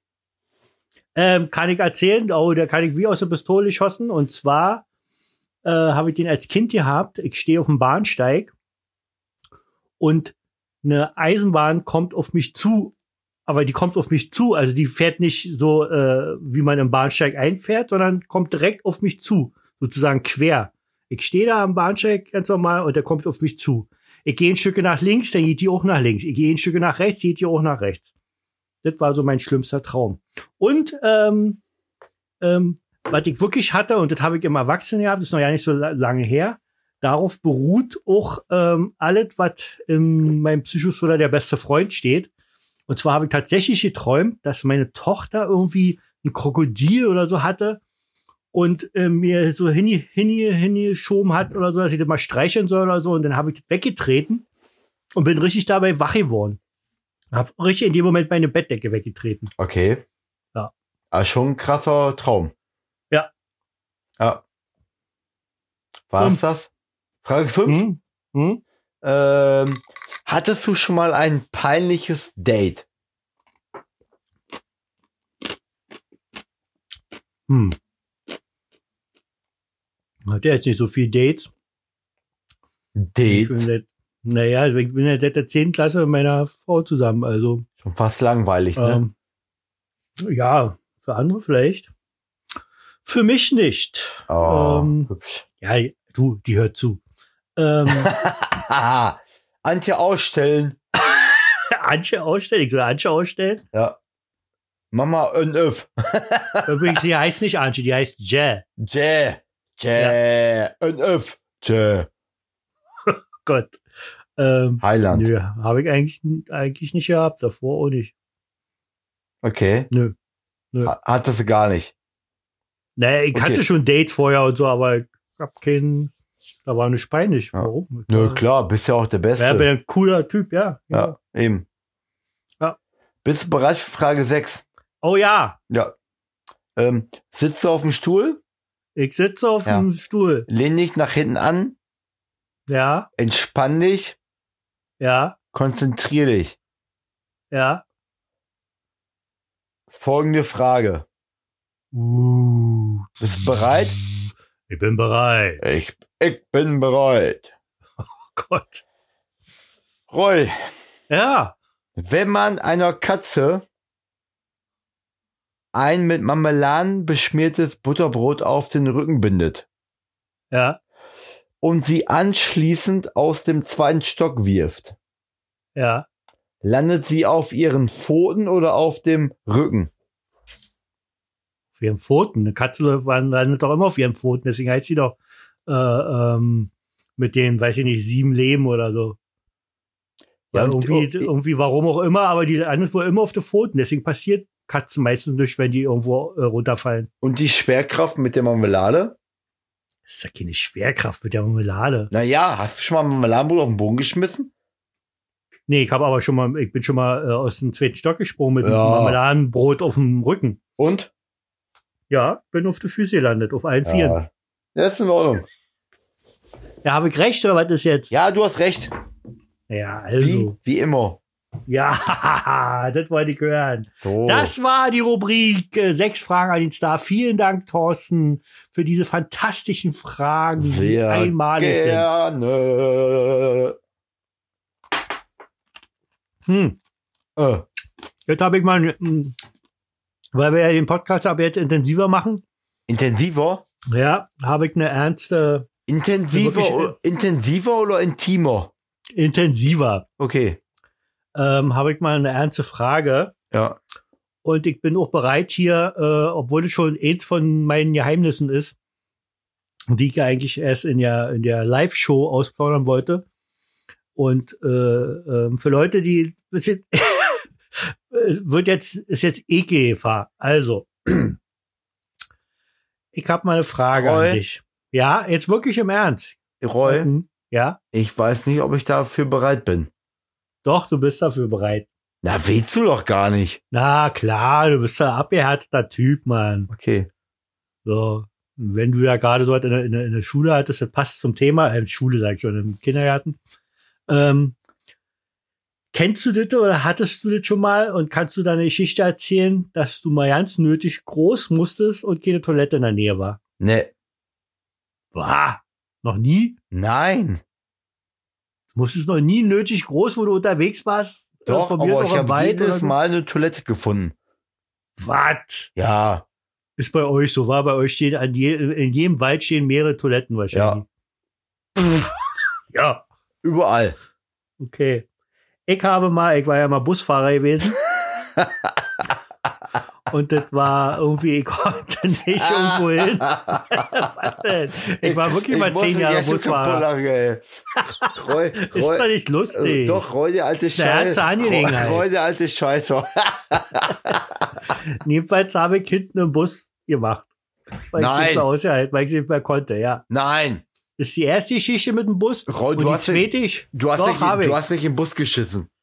A: Ähm, kann ich erzählen? Oh, da kann ich wie aus der Pistole schossen. Und zwar äh, habe ich den als Kind gehabt. Ich stehe auf dem Bahnsteig und eine Eisenbahn kommt auf mich zu. Aber die kommt auf mich zu. Also die fährt nicht so, äh, wie man im Bahnsteig einfährt, sondern kommt direkt auf mich zu. Sozusagen quer. Ich stehe da am Bahnsteig ganz normal und der kommt auf mich zu. Ich gehe ein Stücke nach links, dann geht die auch nach links. Ich gehe ein Stücke nach rechts, geht die auch nach rechts. Das war so mein schlimmster Traum. Und ähm, ähm, was ich wirklich hatte, und das habe ich im Erwachsenen gehabt, das ist noch ja nicht so la- lange her, darauf beruht auch ähm, alles, was in meinem Psychoswiller der beste Freund steht. Und zwar habe ich tatsächlich geträumt, dass meine Tochter irgendwie ein Krokodil oder so hatte und äh, mir so hinge- hinge- hingeschoben hat oder so, dass ich das mal streicheln soll oder so. Und dann habe ich das weggetreten und bin richtig dabei wach geworden. Habe richtig in dem Moment meine Bettdecke weggetreten.
B: Okay.
A: Ja.
B: Ah, schon ein krasser Traum.
A: Ja.
B: Ja. War es
A: Fünf.
B: das? Frage 5.
A: Hm? Hm?
B: Ähm, Hattest du schon mal ein peinliches Date?
A: Hm. Hat er jetzt nicht so viel Dates? Ich bin
B: Date?
A: seit, naja, also ich bin ja seit der 10. Klasse mit meiner Frau zusammen. Also,
B: Schon fast langweilig, ne?
A: ähm, ja, für andere vielleicht. Für mich nicht.
B: oh,
A: Ähm,
B: hübsch.
A: ja, du, die hört zu. Ähm,
B: Haha. Antje ausstellen.
A: Anche ausstellen, ich soll Anche ausstellen.
B: Ja. Mama und öff.
A: Übrigens, die heißt nicht Anche, die heißt Jä. Oh
B: Jä. Jä. Und öff. Jä.
A: Gott. Ähm,
B: Heiland.
A: nö, habe ich eigentlich, eigentlich nicht gehabt, davor auch nicht.
B: Okay.
A: Nö. Nö.
B: Ha- Hattest du gar nicht.
A: Naja, ich
B: Okay.
A: hatte schon Dates vorher und so, aber ich hab keinen, da war nicht peinlich.
B: Ja.
A: Warum?
B: Nö, klar, bist ja auch der Beste.
A: Ja, bin ein cooler Typ, ja.
B: Ja, eben.
A: Ja.
B: Bist du bereit für Frage 6?
A: Oh ja,
B: Ja. Ähm, sitzt du auf dem Stuhl,
A: ich sitze auf
B: Ja.
A: dem Stuhl.
B: lehn dich nach hinten an,
A: Ja,
B: entspann dich,
A: ja,
B: konzentrier dich.
A: ja.
B: Folgende Frage.
A: Uh,
B: Bist du bereit?
A: ich bin bereit. Oh
B: Ich, ich bin bereit.
A: Gott.
B: Roy,
A: Ja,
B: wenn man einer Katze ein mit Marmeladen beschmiertes Butterbrot auf den Rücken bindet
A: ja,
B: und sie anschließend aus dem zweiten Stock wirft,
A: ja.
B: landet sie auf ihren Pfoten oder auf dem Rücken?
A: auf ihren Pfoten. Eine Katze läuft- landet doch immer auf ihren Pfoten, deswegen heißt sie doch äh, ähm, mit den, weiß ich nicht, sieben Leben oder so. Ja,
B: Ja, und-
A: irgendwie,
B: oh, i-
A: irgendwie, warum auch immer, aber die landet wohl immer auf den Pfoten, deswegen passiert Katzen meistens nicht, wenn die irgendwo äh, runterfallen.
B: Und die Schwerkraft mit der Marmelade?
A: Das ist ja keine Schwerkraft mit der Marmelade.
B: Naja, hast du schon mal Marmeladenbrot auf den Boden geschmissen?
A: Nee, ich habe aber schon mal, ich bin schon mal äh, aus dem zweiten Stock gesprungen mit
B: Ja.
A: einem Marmeladenbrot auf dem Rücken.
B: Und?
A: Ja, bin auf die Füße gelandet, auf allen Vieren.
B: Ja. Das ist in Ordnung.
A: Ja, habe ich recht, oder was ist jetzt?
B: Ja, du hast recht.
A: Ja,
B: Wie,
A: also.
B: wie Oh. immer.
A: Ja, das wollte ich hören.
B: So.
A: Das war die Rubrik äh, Sechs Fragen an den Star. Vielen Dank, Thorsten, für diese fantastischen Fragen, die
B: sehr
A: einmalig
B: gerne.
A: sind. Hm.
B: Äh,
A: Jetzt habe ich mal, hm, weil wir ja den Podcast aber jetzt intensiver machen,
B: intensiver?
A: ja, habe ich eine ernste,
B: Intensiver,
A: Wirklich,
B: o- intensiver oder intimer?
A: intensiver,
B: Okay.
A: ähm, habe ich mal eine ernste Frage.
B: Ja.
A: Und ich bin auch bereit hier, äh, obwohl es schon eins von meinen Geheimnissen ist, die ich ja eigentlich erst in der, in der Live-Show ausplaudern wollte. Und äh, ähm, für Leute, die das jetzt- es wird jetzt, ist jetzt EG-Gefahr. Also, ich habe mal eine Frage
B: Roy?
A: an dich. Ja, jetzt wirklich im Ernst.
B: Roy,
A: Mhm. Ja,
B: ich weiß nicht, ob ich dafür bereit bin.
A: doch, du bist dafür bereit.
B: Na, willst du doch gar nicht.
A: Na klar, du bist ein abgehärteter Typ, Mann.
B: Okay.
A: So, wenn du ja gerade so was in der, in der, in der Schule hattest, das passt zum Thema, äh, Schule sag ich schon, im Kindergarten. Ähm, kennst du das oder hattest du das schon mal und kannst du deine Geschichte erzählen, dass du mal ganz nötig groß musstest und keine Toilette in der Nähe war?
B: Ne.
A: Bah, noch nie?
B: Nein.
A: Du musstest noch nie nötig groß, wo du unterwegs warst? Äh,
B: Doch,
A: von mir
B: aber
A: aus
B: ich
A: auch im
B: habe
A: Wald oder
B: jedes
A: so?
B: Mal eine Toilette gefunden.
A: Was?
B: Ja,
A: Ist bei euch so, war bei euch stehen, an je, in jedem Wald stehen mehrere Toiletten wahrscheinlich.
D: Ah!
A: Ja. ja.
B: überall.
A: Okay. Ich habe mal, ich war ja mal Busfahrer gewesen. Und das war irgendwie, ich konnte nicht irgendwo hin. Was denn? Ich war wirklich mal
B: muss
A: zehn
B: mich
A: Jahre
B: echt schon kaputt
A: Busfahrer.
B: lachen, ey. Roy,
A: Ist doch
B: Roy,
A: nicht lustig.
B: äh, doch, Roy, der alte
A: eine
B: Scheiße.
A: ernste Angelegenheit.
B: Roy, der alte Scheiße.
A: Jedenfalls habe ich hinten im Bus gemacht. Weil ich
B: Nein.
A: nicht mehr ausgehalten, weil ich nicht mehr konnte, ja.
B: Nein,
A: Das ist die erste Geschichte mit dem Bus.
B: Roy,
A: und
B: du
A: die
B: hast den-
A: zweite ich.
B: du hast,
A: Doch,
B: nicht,
A: hab ich.
B: du hast nicht im Bus geschissen.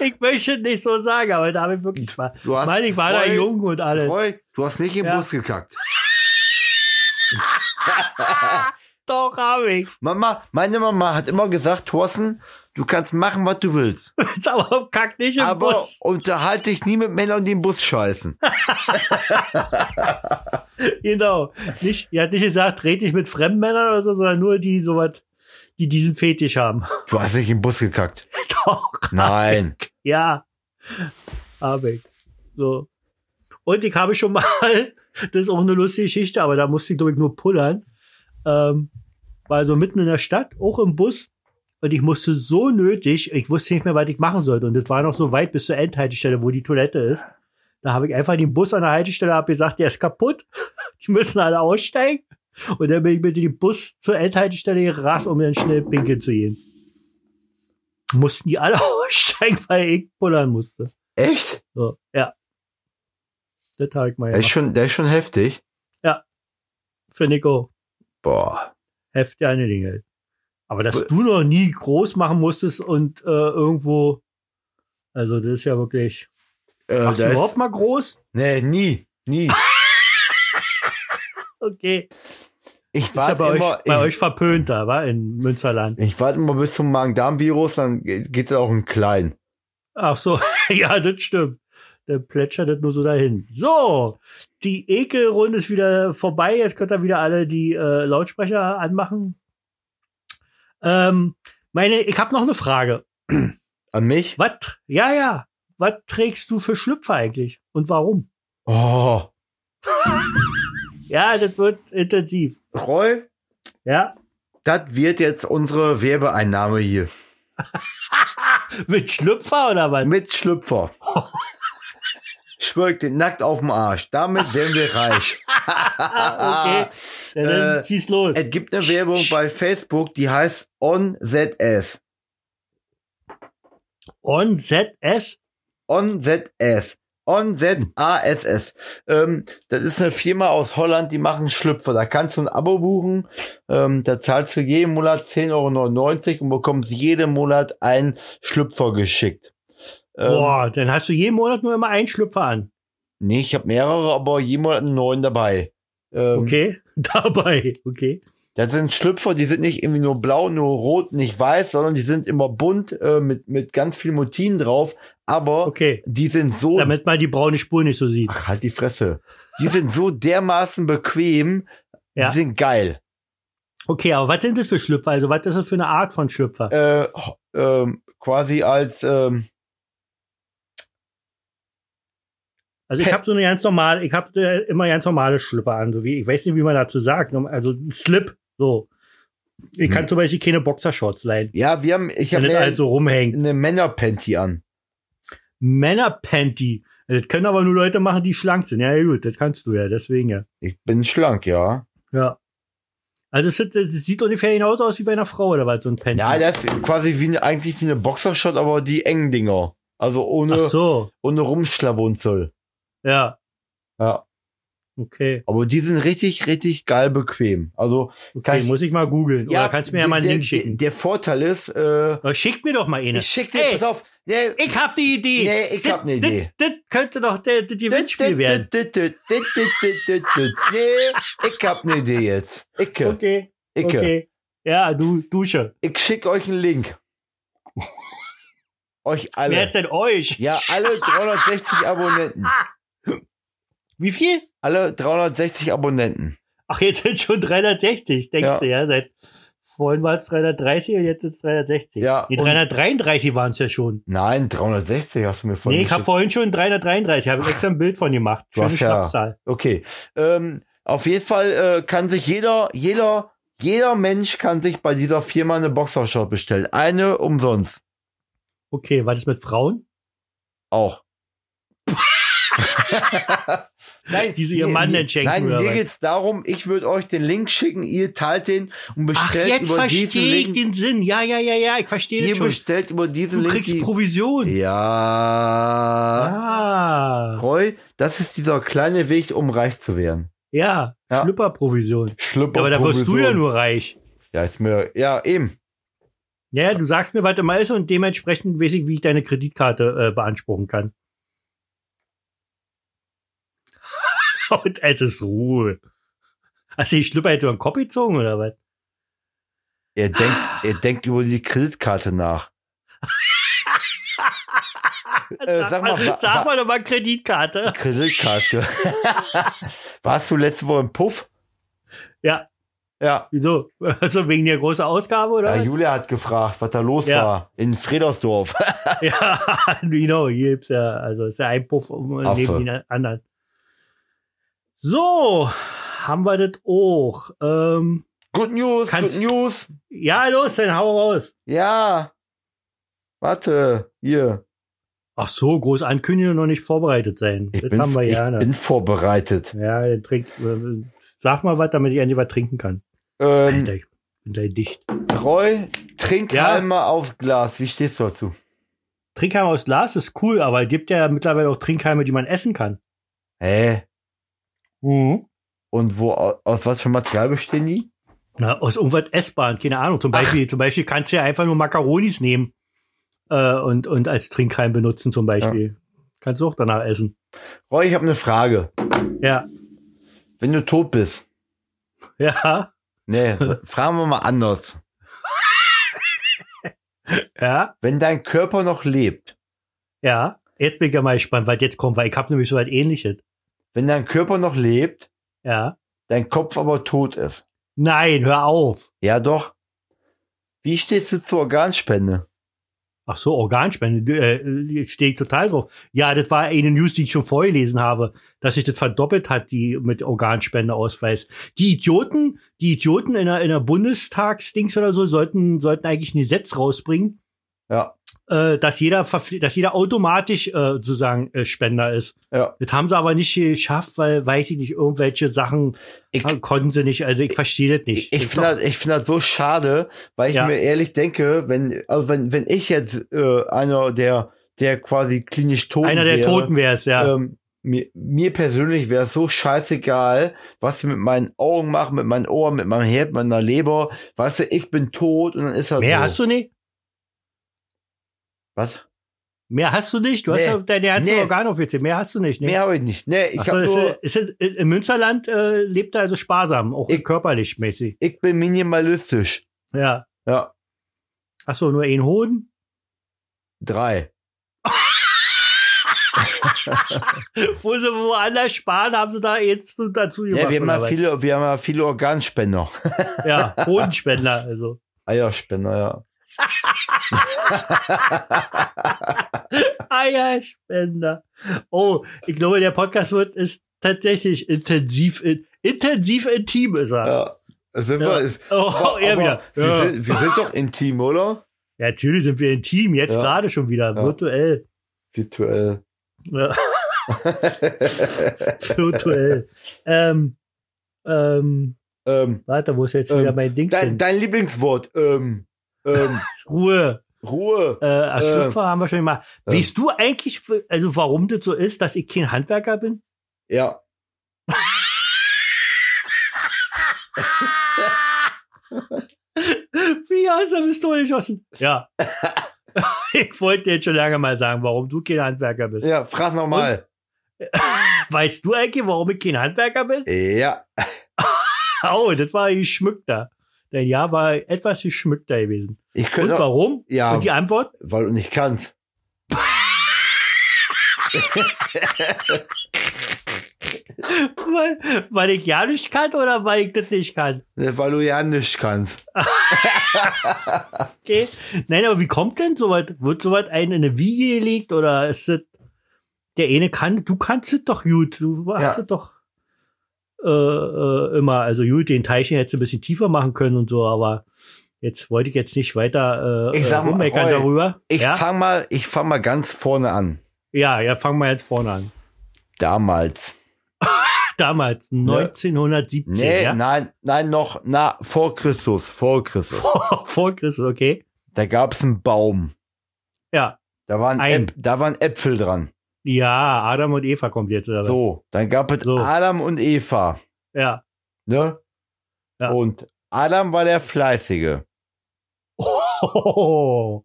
A: Ich möchte nicht so sagen, aber da habe ich wirklich mal. Ich
B: Du hast,
A: meine, ich war da
B: Roy,
A: jung und alles.
B: Roy, du hast nicht im
A: Ja.
B: Bus gekackt.
A: Doch, habe ich.
B: Mama, meine Mama hat immer gesagt, Thorsten, du kannst machen, was du willst.
A: Ist aber kack nicht im
B: aber
A: Bus.
B: unterhalte dich nie mit Männern, die im Bus scheißen.
A: Genau. Nicht, ihr hat nicht gesagt, red nicht mit fremden Männern oder so, sondern nur die sowas, die diesen Fetisch haben.
B: Du hast nicht im Bus gekackt.
A: Doch.
B: Nein.
A: Ja, habe ich. So. Und ich habe schon mal, das ist auch eine lustige Geschichte, aber da musste ich, glaube ich, nur pullern. Ähm, war so mitten in der Stadt, auch im Bus. Und ich musste so nötig, ich wusste nicht mehr, was ich machen sollte. Und das war noch so weit bis zur Endhaltestelle, wo die Toilette ist. Da habe ich einfach den Bus an der Haltestelle hab gesagt, der ist kaputt. Die müssen alle aussteigen. Und dann bin ich mit dem Bus zur Endhaltestelle gerast, um dann schnell pinkeln zu gehen mussten die alle aussteigen, weil ich pullern musste.
B: Echt?
A: So, ja. Der Tag mal
B: Der ist schon, der ist schon heftig.
A: für Nico.
B: Boah.
A: Heftige Angelegenheit. Aber dass du noch nie groß machen musstest und äh, irgendwo, also das ist ja wirklich.
B: Äh,
A: Machst
B: der
A: du
B: ist-
A: überhaupt mal groß?
B: Nee, nie. Nie.
A: Okay.
B: Ich
A: Ist ja
B: warte
A: bei,
B: immer,
A: euch, bei
B: ich,
A: euch verpönt da, war in Münsterland.
B: ich warte immer bis zum Magen-Darm-Virus, dann geht geht das auch in klein.
A: Ach so, ja, das stimmt. Dann plätschert das nur so dahin. So, die Ekelrunde ist wieder vorbei. Jetzt könnt ihr wieder alle die äh, Lautsprecher anmachen. Ähm, meine, ich habe noch eine Frage.
B: An mich?
A: Was? Ja, ja. Was trägst du für Schlüpfer eigentlich und warum?
B: Oh.
A: Ja, das wird intensiv.
B: Roy,
A: Ja,
B: das wird jetzt unsere Werbeeinnahme hier.
A: mit Schlüpfer oder was?
B: Mit Schlüpfer. Schwirkt den nackt auf dem Arsch. Damit werden wir reich.
A: Ah, okay. Ja, dann
B: äh,
A: schieß los.
B: Es gibt eine Werbung bei Facebook, die heißt OnZS.
A: On ZS?
B: OnZS.
A: Hm.
B: OnZASS. Ähm, das ist eine Firma aus Holland, die machen Schlüpfer. Da kannst du ein Abo buchen. Ähm, da zahlst du jeden Monat 10,99 Euro und bekommst jeden Monat einen Schlüpfer geschickt. Ähm,
A: Boah, dann hast du jeden Monat nur immer einen Schlüpfer an.
B: Nee, ich habe mehrere, aber jemand einen neuen dabei. Ähm,
A: Okay, dabei. Okay.
B: Das sind Schlüpfer, die sind nicht irgendwie nur blau, nur rot, nicht weiß, sondern die sind immer bunt äh, mit, mit ganz viel Motiven drauf. Aber
A: Okay.
B: die sind so.
A: Damit man die braune Spur nicht so sieht.
B: ach, halt die Fresse. Die sind so dermaßen bequem.
A: Ja.
B: Die sind geil.
A: Okay, aber was sind das für Schlüpfer? Also, was ist das für eine Art von Schlüpfer?
B: Äh, ho- ähm, quasi als. Ähm,
A: Also, ich habe so eine ganz normale, ich habe äh, immer ganz normale Schlüpfer an, so wie, ich weiß nicht, wie man dazu sagt. Also, ein Slip, so.
B: Hm.
A: Ich kann zum Beispiel keine Boxershorts leihen,
B: ja, wir haben. Ich
A: wenn
B: habe
A: das
B: mir
A: halt so rumhängt.
B: eine Männerpanty an.
A: Männerpanty. Das können aber nur Leute machen, die schlank sind. Ja, ja, gut, das kannst du ja, deswegen ja.
B: Ich bin schlank, ja.
A: Ja. Also, es, sieht- es sieht ungefähr genauso aus wie bei einer Frau oder was, so ein Panty.
B: Ja, das ist quasi wie eine, eigentlich wie eine Boxershot, aber die engen Dinger. Also ohne.
A: Ach so,
B: ohne Rumschlabunzel.
A: ja,
B: Ja,
A: okay.
B: aber die sind richtig, richtig geil bequem. Also Kann
A: Okay,
B: ich-
A: muss ich mal googeln. Oder kannst du mir ja
B: der-
A: mal einen
B: der-
A: Link schicken.
B: Der, der Vorteil ist, äh,
A: Aber Schick mir doch mal eine.
B: ich schick dir,
A: Ey,
B: pass auf, nee,
A: Ich hab eine Idee.
B: Nee, ich hab ne
A: Das-
B: Idee.
A: Das, das könnte doch der, das Gewinnspiel werden.
B: dit, dit, dit, dit, dit, dit, dit, dit. Nee, ich hab ne Idee jetzt. Icke,
A: Okay,
B: Icke.
A: okay. Ja, du Dusche.
B: Ich schick euch einen Link. euch
A: Wer ist
B: alle.
A: denn euch?
B: Ja, alle 360 Abonnenten.
A: Wie viel?
B: Alle 360 Abonnenten.
A: Ach, jetzt sind schon 360, denkst
B: Ja.
A: du, ja? Seit vorhin war es 330 und jetzt sind es 360.
B: Ja,
A: Die
B: und-
A: 333 waren es ja schon.
B: Nein, 360 hast du mir vorhin
A: nee, ich habe
B: geschickt.
A: vorhin schon 333, habe ich extra ein Bild von gemacht.
B: Du
A: Schöne
B: hast ja-
A: Schnapszahl.
B: Okay. Ähm, auf jeden Fall äh, kann sich jeder, jeder, jeder Mensch kann sich bei dieser Firma eine Boxershort bestellen. Eine umsonst.
A: Okay, war das mit Frauen?
B: Auch. nein,
A: Die sie ihrem
B: mir-
A: Mann
B: mir-
A: dann schenken,
B: Nein,
A: oder
B: mir
A: was?
B: geht's darum, ich würde euch den Link schicken, ihr teilt den und
A: Ach,
B: bestellt
A: jetzt
B: über diesen
A: verstehe ich
B: Link.
A: den Sinn. Ja, ja, ja, ja, ich verstehe
B: ihr
A: das schon.
B: bestellt über diesen
A: Du
B: Link.
A: kriegst
B: die-
A: Provision.
B: ja.
A: Ah,
B: Roy, das ist dieser kleine Weg, um reich zu werden.
A: ja,
B: Ja.
A: Schlüpperprovision.
B: Schlüpper
A: Ja, aber da wirst du ja nur reich.
B: Ja, ist mir, ja, eben.
A: Ja, du sagst mir, was immer ist und dementsprechend weiß ich, wie ich deine Kreditkarte äh, beanspruchen kann. und es ist Ruhe. Hast du die Schlüpper jetzt über den Kopf gezogen oder was?
B: Er denkt, er denkt über die Kreditkarte nach. Äh, sag mal, wa- wa-
A: Also, sag mal doch mal Kreditkarte.
B: Kreditkarte. Warst du letzte Woche im Puff?
A: Ja,
B: Ja.
A: wieso? Also wegen der großen Ausgabe,
B: ja.
A: oder? Ja,
B: Julia hat gefragt, was da los
A: Ja.
B: war. In Fredersdorf.
A: genau, hier gibt's ja, also ist ja ein Puff um
B: Affe.
A: neben den anderen. So, haben wir das auch. Ähm,
B: good News,
A: Kannst-
B: Good News.
A: ja, los, dann hau raus.
B: Ja. Warte, hier.
A: Ach so, groß ankündigen und noch nicht vorbereitet sein.
B: Ich,
A: das
B: bin,
A: haben wir ne?
B: ich
A: gerne.
B: bin vorbereitet.
A: ja, dann trink, sag mal was, damit ich endlich was trinken kann.
B: Ähm,
A: Alter, ich bin gleich dicht.
B: Roy, trink
A: Ja.
B: einmal aufs Glas. Wie stehst du dazu?
A: Trinkheim aus Glas ist cool, aber es gibt ja mittlerweile auch Trinkheime, die man essen kann.
B: Hä?
A: Mhm.
B: Und wo, au- aus was für Material bestehen die?
A: Na, aus irgendwas Essbaren, keine Ahnung. Zum Beispiel, zum Beispiel kannst du ja einfach nur Makaronis nehmen äh, und, und als Trinkheim benutzen zum Beispiel. Kannst du auch danach essen.
B: Roy, ich habe eine Frage.
A: Ja,
B: Wenn du tot bist.
A: ja,
B: Nee, fragen wir mal anders.
A: ja,
B: Wenn dein Körper noch lebt,
A: ja. Jetzt bin ich ja mal gespannt, was jetzt kommt, weil ich habe nämlich so was ähnliches.
B: wenn dein Körper noch lebt,
A: Ja.
B: dein Kopf aber tot ist.
A: Nein, hör auf.
B: Ja, doch. Wie stehst du zur Organspende?
A: Ach so, Organspende, d- äh, stehe ich total drauf. Ja, das war eine News, die ich schon vorgelesen habe, dass sich das verdoppelt hat, die mit Organspendeausweis. Die Idioten, die Idioten in der, in der Bundestagsdings oder so sollten, sollten eigentlich ein Gesetz rausbringen,
B: Ja,
A: äh, dass jeder verpfli- dass jeder automatisch äh, sozusagen äh, Spender ist.
B: ja.
A: Das haben sie aber nicht geschafft, weil, weiß ich nicht, irgendwelche Sachen
B: Ich-
A: äh, konnten sie nicht. Also ich verstehe das nicht.
B: Ich, ich
A: Das ist
B: finde
A: doch-
B: das, ich find das so schade, weil ich
A: Ja.
B: mir ehrlich denke, wenn, also wenn, wenn ich jetzt äh, einer der, der quasi klinisch Toten
A: einer der
B: wäre,
A: Toten wäre es, ja.
B: Ähm, mir, mir persönlich wäre es so scheißegal, was sie mit meinen Augen machen, mit meinen Ohren, mit meinem Herd, mit meiner Leber. Weißt du, ich bin tot und dann ist er
A: Mehr
B: so.
A: hast du nicht?
B: Was?
A: Mehr hast du nicht? Du hast
B: Nee.
A: ja deine ganzen
B: Nee.
A: Organe aufgezählt. Mehr hast du nicht. Ne?
B: Mehr habe ich nicht. Nee, ich
A: Ach so,
B: hab habe
A: ist,
B: nur,
A: er- ist, er- Im Münsterland äh, lebt er also sparsam, auch
B: Ich-
A: körperlich mäßig.
B: ich bin minimalistisch.
A: Ja.
B: Ja,
A: Ach so, nur ein Hoden?
B: drei.
A: Wo sie woanders sparen, haben sie da jetzt so dazu gemacht.
B: Ja, wir haben
A: oder
B: ja
A: was?
B: viele, wir haben ja viele Organspender.
A: Ja, Hodenspender. Also.
B: Eierspender, ja.
A: Eierspender. Oh, ich glaube, der Podcast wird ist tatsächlich intensiv, in, intensiv intim ist er.
B: ja. Sind
A: Ja.
B: wir, ist,
A: Oh, er
B: aber
A: wieder.
B: Wir,
A: Ja.
B: sind, wir sind doch intim, oder?
A: Ja, natürlich sind wir intim, jetzt
B: Ja.
A: gerade schon wieder,
B: Ja.
A: virtuell.
B: Virtuell.
A: Ja. virtuell. ähm, ähm,
B: ähm,
A: warte, wo ist jetzt
B: Ähm,
A: wieder mein Dings
B: dein,
A: hin?
B: dein Lieblingswort. Ähm, ähm,
A: Ruhe.
B: Ruhe.
A: Äh, als
B: Äh,
A: Schlüpfer haben wir schon mal.
B: äh.
A: Weißt du eigentlich, also warum das so ist, dass ich kein Handwerker bin?
B: Ja.
A: Wie aus der Pistole geschossen? Ja. ich wollte dir jetzt schon lange mal sagen, warum du kein Handwerker bist.
B: Ja, frag nochmal.
A: Weißt du eigentlich, warum ich kein Handwerker bin?
B: Ja.
A: Au, das war geschmückter. Dein Jahr war etwas geschmückter gewesen.
B: Ich
A: Und
B: könnte auch,
A: warum?
B: Genau. Ja.
A: Und die Antwort?
B: weil du nicht kannst.
A: Weil, weil ich ja nicht kann oder weil ich das nicht kann?
B: Ne, Weil du ja nicht kannst.
A: Okay. Nein, aber wie kommt denn sowas? Wird sowas einen in eine Wiege gelegt oder ist das der eine kann, du kannst es doch gut, du hast
B: Ja.
A: es doch äh, äh, immer, also gut, den Teilchen hättest du ein bisschen tiefer machen können und so, aber jetzt wollte ich jetzt nicht weiter äh,
B: Ich sag
A: äh,
B: mal,
A: rummeckern
B: Roy,
A: darüber.
B: Ich
A: ja?
B: fang mal, ich fang mal ganz vorne an.
A: ja, ja, fangen wir jetzt vorne an.
B: Damals.
A: Damals, 1917,
B: Ne? Nee,
A: ja?
B: nein, nein, noch, na, vor Christus, vor Christus.
A: vor Christus, okay.
B: Da gab's einen Baum.
A: Ja,
B: Da waren,
A: Ein.
B: Äp da waren Äpfel dran.
A: ja, Adam und Eva kommt jetzt. Oder? was?
B: So, dann gab es
A: So.
B: Adam und Eva.
A: Ja.
B: Ne?
A: Ja.
B: Und Adam war der Fleißige.
A: Oh,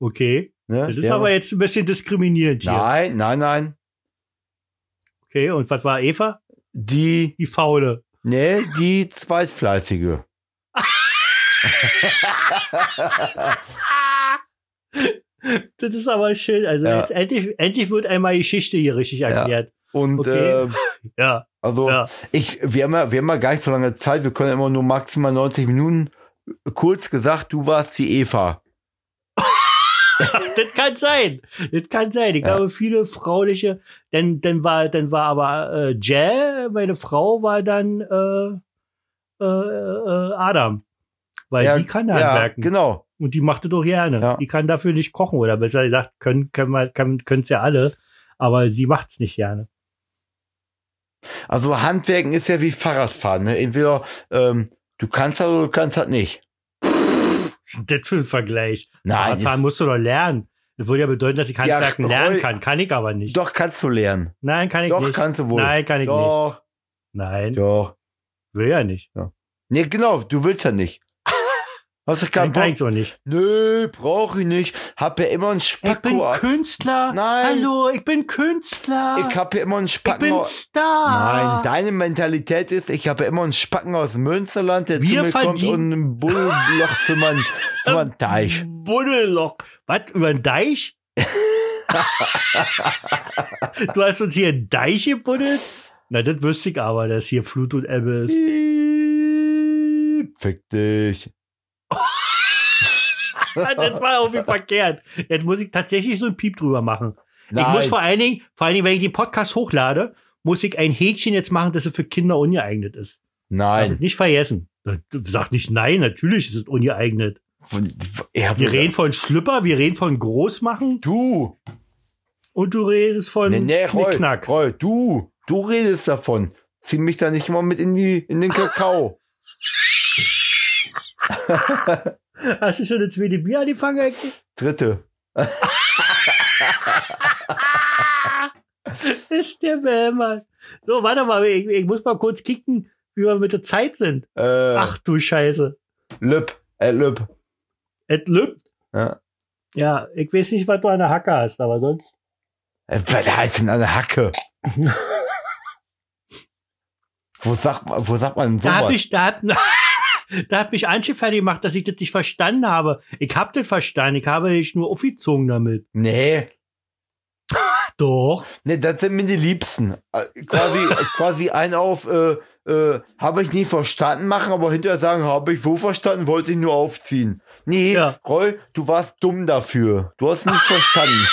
A: okay.
B: Ne?
A: Das ist
B: der,
A: aber jetzt ein bisschen diskriminierend hier.
B: Nein, nein, nein.
A: Okay, und was war Eva?
B: Die,
A: Die Faule.
B: ne, die Zweitfleißige.
A: Das ist aber schön. Also
B: Ja.
A: jetzt endlich, endlich wird einmal Geschichte hier richtig erklärt.
B: Und
A: Okay.
B: äh,
A: Ja.
B: also
A: Ja.
B: ich, wir haben ja, wir haben ja gar nicht so lange Zeit, wir können immer nur maximal 90 Minuten. Kurz gesagt, du warst die Eva.
A: Das kann sein. Das kann sein. Ich
B: Ja.
A: glaube, viele frauliche, denn dann war, dann war aber äh, Jay, meine Frau war dann äh, äh, äh, Adam. Weil die kann
B: ja,
A: handwerken.
B: Genau.
A: Und die macht das doch gerne.
B: Ja.
A: Die kann dafür nicht kochen. Oder besser gesagt, können können wir- können können's ja alle. Aber sie macht's nicht gerne.
B: Also Handwerken ist ja wie Fahrradfahren. Ne? Entweder ähm, du kannst das oder du kannst das nicht.
A: Was ist denn das für ein Vergleich?
B: Nein,
A: Fahrradfahren musst du doch lernen. Das würde ja bedeuten, dass ich Handwerken
B: Ja,
A: lernen
B: Roll-
A: kann. Kann ich aber nicht.
B: Doch kannst du lernen.
A: Nein, kann ich
B: doch
A: nicht.
B: kannst du wohl.
A: Nein, kann ich nicht.
B: doch,
A: Nein,
B: doch.
A: will ja nicht.
B: Nee, genau, du willst ja nicht. Hast du
A: Kann,
B: keinen
A: kann
B: Bock?
A: ich auch nicht.
B: Nö, brauch ich nicht. Hab ja immer einen Spacko. ab-
A: Künstler.
B: Nein.
A: Hallo, ich bin Künstler.
B: Ich hab ja immer einen Spacken. au-
A: Star.
B: Nein, deine Mentalität ist, ich habe ja immer einen Spacken aus Münsterland, der
A: Wir
B: zu mir kommt
A: verdienen-
B: und ein Bullloch für meinen, für meinen Teich.
A: Buddelloch. Was? Über den Deich? du hast uns hier einen Deich gebuddelt? Na, das wüsste ich aber, dass hier Flut und Ebbe ist.
B: Fick dich.
A: das war irgendwie verkehrt. Jetzt muss ich tatsächlich so ein Piep drüber machen.
B: Nein.
A: Ich muss vor allen Dingen, vor allen Dingen, wenn ich den Podcast hochlade, muss ich ein Häkchen jetzt machen, dass es für Kinder ungeeignet ist. Also
B: Nein.
A: Nicht vergessen. Sag nicht nein, natürlich ist es ungeeignet.
B: Ich hab-
A: Wir reden von Schlüpper, wir reden von Großmachen
B: Du.
A: und du redest von
B: Nee, nee, Roy,
A: Knickknack.
B: Roy, du. Du redest davon. Zieh mich da nicht mal mit in, die, in den Kakao.
A: Hast du schon das zweite Bier angefangen? Hector?
B: Dritte.
A: Ist der Bämmer. So, warte mal, ich, ich muss mal kurz kicken, wie wir mit der Zeit sind.
B: Äh,
A: Ach du Scheiße.
B: Lüb, äh, Lüb.
A: Et lüb.
B: Ja.
A: Ja, ich weiß nicht, was du an der Hacke hast, aber sonst.
B: Äh, Was heißt denn eine Hacke? wo, sagt man, wo sagt man denn
A: Da hab
B: sowas?
A: ich, da hab, da hab mich Anche fertig gemacht, dass ich das nicht verstanden habe. Ich hab das verstanden, ich habe dich nur aufgezogen damit.
B: nee,
A: Doch.
B: nee, Ne, das sind mir die Liebsten. Äh, Quasi, äh, quasi ein auf, äh, äh, habe ich nie verstanden machen, aber hinterher sagen, habe ich wo verstanden, wollte ich nur aufziehen. Nee,
A: Ja.
B: Roy, du warst dumm dafür. Du hast nicht verstanden.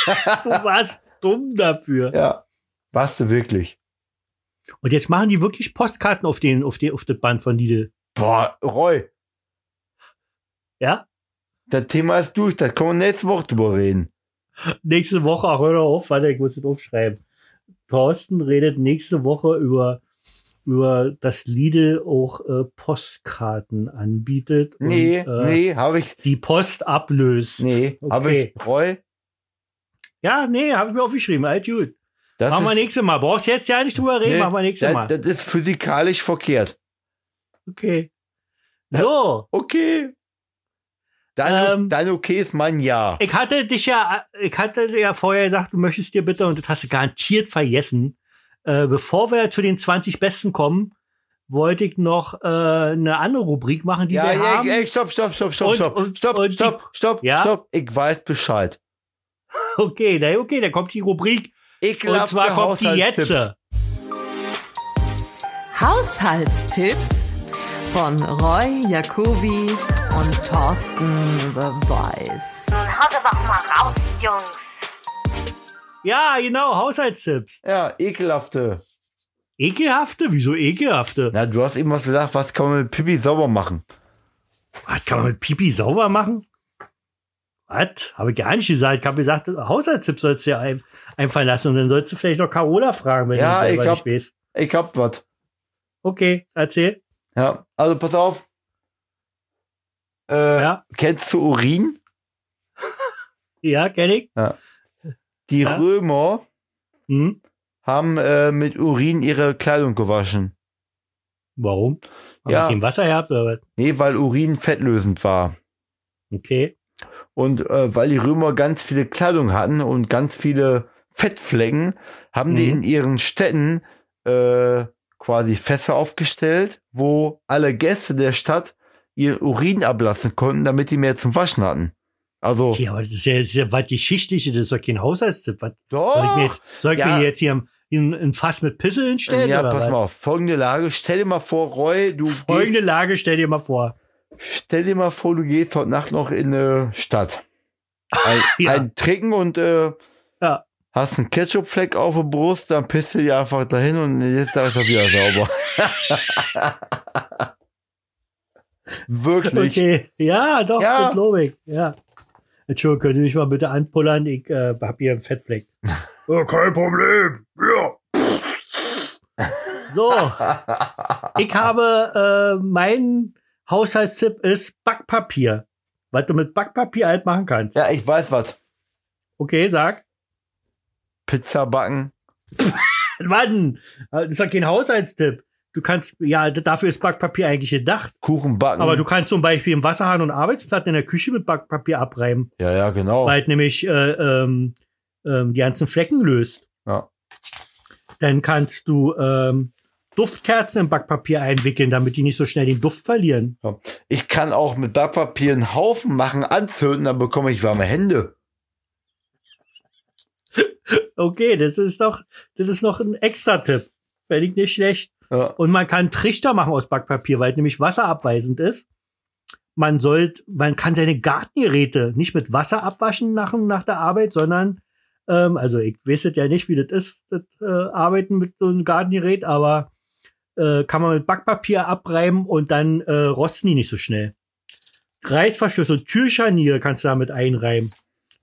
A: Du warst dumm dafür.
B: ja, warst du wirklich.
A: Und jetzt machen die wirklich Postkarten auf den, auf den, auf das Band von Lidl.
B: Boah, Roy,
A: Ja?
B: das Thema ist durch, da können wir nächste Woche drüber reden.
A: Nächste Woche, ach, hör doch auf, warte, ich muss das aufschreiben. Thorsten redet nächste Woche über, über das Lidl auch äh, Postkarten anbietet.
B: Nee,
A: und, äh,
B: nee, habe ich,
A: Die Post ablöst.
B: Nee,
A: Okay.
B: habe ich Roy.
A: Ja, nee, habe ich mir aufgeschrieben. Alt gut.
B: Das
A: machen wir
B: ist,
A: nächstes Mal. Brauchst jetzt ja nicht drüber reden,
B: Nee,
A: machen wir nächstes Mal.
B: Das, das ist physikalisch verkehrt.
A: okay. So,
B: Okay. Dein,
A: Ähm,
B: dein Okay ist mein Ja.
A: ich hatte dich ja, ich hatte dir ja vorher gesagt, du möchtest dir bitte, und das hast du garantiert vergessen, äh, bevor wir zu den 20 Besten kommen, wollte ich noch äh, eine andere Rubrik machen, die
B: Ja,
A: wir haben.
B: ey, ey, stopp, stopp, stopp, stopp,
A: Und-
B: stopp,
A: und-
B: stopp,
A: und die-
B: stopp, stopp,
A: Ja?
B: stopp. Ich weiß Bescheid.
A: Okay, na, okay, da kommt die Rubrik.
B: Ekelhafte
A: und zwar kommt die
B: Haushaltstipps.
A: jetzt.
C: Haushaltstipps von Roy Jacobi und Thorsten Beweis.
D: Nun haut aber auch mal raus, Jungs.
A: Ja, genau, Haushaltstipps.
B: Ja, ekelhafte.
A: Ekelhafte? Wieso ekelhafte?
B: Na, du hast eben was gesagt, was kann man mit Pipi sauber machen?
A: Was kann man mit Pipi sauber machen? Was? Habe ich gar nicht gesagt. Ich habe gesagt, Haushaltstipps sollst du dir ein, einfallen lassen und dann sollst du vielleicht noch Carola fragen, wenn
B: Ja,
A: du
B: ich
A: selber
B: glaub-
A: nicht weißt.
B: Ich hab was.
A: Okay, erzähl.
B: Ja, also pass auf. Äh,
A: Ja.
B: Kennst du Urin?
A: Ja, kenne ich.
B: Die
A: Ja.
B: Römer
A: Hm?
B: haben äh, mit Urin ihre Kleidung gewaschen.
A: Warum? Haben
B: Ja.
A: wir kein Wasser gehabt oder was?
B: Nee, weil Urin fettlösend war.
A: Okay.
B: Und äh, weil die Römer ganz viele Kleidung hatten und ganz viele Fettflecken, haben die
A: Mhm.
B: in ihren Städten äh, quasi Fässer aufgestellt, wo alle Gäste der Stadt ihr Urin ablassen konnten, damit die mehr zum Waschen hatten. Also,
A: Okay, aber das ist ja, das ist ja was Geschichtliche, das ist doch kein Haushaltstipp. Was, soll ich mir
B: doch.
A: jetzt, soll ich
B: Oh, Ja.
A: mir jetzt hier ein- ein, ein Fass mit Pisse hinstellen?
B: Ja,
A: oder
B: pass
A: was?
B: mal auf. Folgende Lage. Stell dir mal vor, Roy, du
A: Folgende Lage, stell dir mal vor.
B: Gehst, stell dir mal vor, du gehst heute Nacht noch in eine Stadt. Ein,
A: Ja.
B: ein Trinken und äh,
A: Ja.
B: hast einen Ketchup-Fleck auf der Brust, dann pisst du dir einfach dahin und jetzt ist er wieder sauber. Wirklich.
A: Okay, ja, doch,
B: Ja.
A: ja. glaube ich. Ja. Entschuldigung, könnt ihr mich mal bitte anpullern? Ich äh, hab hier einen Fettfleck. "Ja, kein Problem. Ja. So, ich habe, äh, mein Haushaltstipp ist Backpapier. Was du mit Backpapier halt machen kannst.
B: Ja, ich weiß was.
A: Okay, sag.
B: Pizza backen.
A: Mann, das ist doch kein Haushaltstipp. Du kannst, ja, d- dafür ist Backpapier eigentlich gedacht.
B: Kuchen backen.
A: Aber du kannst zum Beispiel im Wasserhahn und Arbeitsplatten in der Küche mit Backpapier abreiben.
B: ja, ja, genau.
A: weil es nämlich äh, ähm, ähm, die ganzen Flecken löst.
B: Ja.
A: Dann kannst du ähm, Duftkerzen im Backpapier einwickeln, damit die nicht so schnell den Duft verlieren.
B: Ich kann auch mit Backpapier einen Haufen machen, anzünden, dann bekomme ich warme Hände.
A: Okay, das ist doch, das ist noch ein extra Tipp. Fände ich nicht schlecht.
B: Ja.
A: Und man kann Trichter machen aus Backpapier, weil es nämlich wasserabweisend ist. Man sollte, man kann seine Gartengeräte nicht mit Wasser abwaschen nach, nach der Arbeit, sondern, ähm, also ich weiß es ja nicht, wie das ist, das äh, Arbeiten mit so einem Gartengerät, aber äh, kann man mit Backpapier abreiben und dann äh, rosten die nicht so schnell. Reißverschluss und Türscharnier kannst du damit einreiben.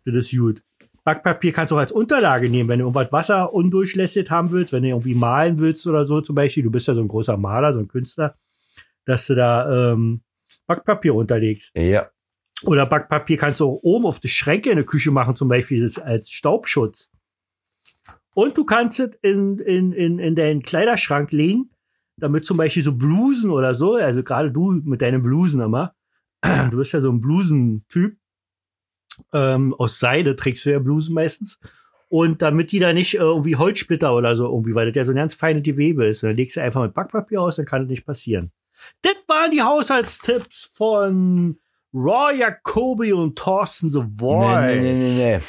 A: Das ist gut. Backpapier kannst du auch als Unterlage nehmen, wenn du irgendwas Wasser undurchlässig haben willst, wenn du irgendwie malen willst oder so zum Beispiel. Du bist ja so ein großer Maler, so ein Künstler, dass du da ähm, Backpapier unterlegst.
B: Ja.
A: Oder Backpapier kannst du auch oben auf die Schränke in der Küche machen, zum Beispiel das als Staubschutz. Und du kannst es in, in, in, in deinen Kleiderschrank legen, damit zum Beispiel so Blusen oder so, also gerade du mit deinen Blusen immer, du bist ja so ein Blusentyp, ähm, aus Seide trägst du ja Blusen meistens. Und damit die da nicht äh, irgendwie Holzsplitter oder so irgendwie, weil das ja so ein ganz feines Gewebe ist. Und dann legst du einfach mit Backpapier aus, dann kann das nicht passieren. Das waren die Haushaltstipps von Roy Jacobi und Thorsten The Voice.
B: Nee, nee, nee, nee, nee.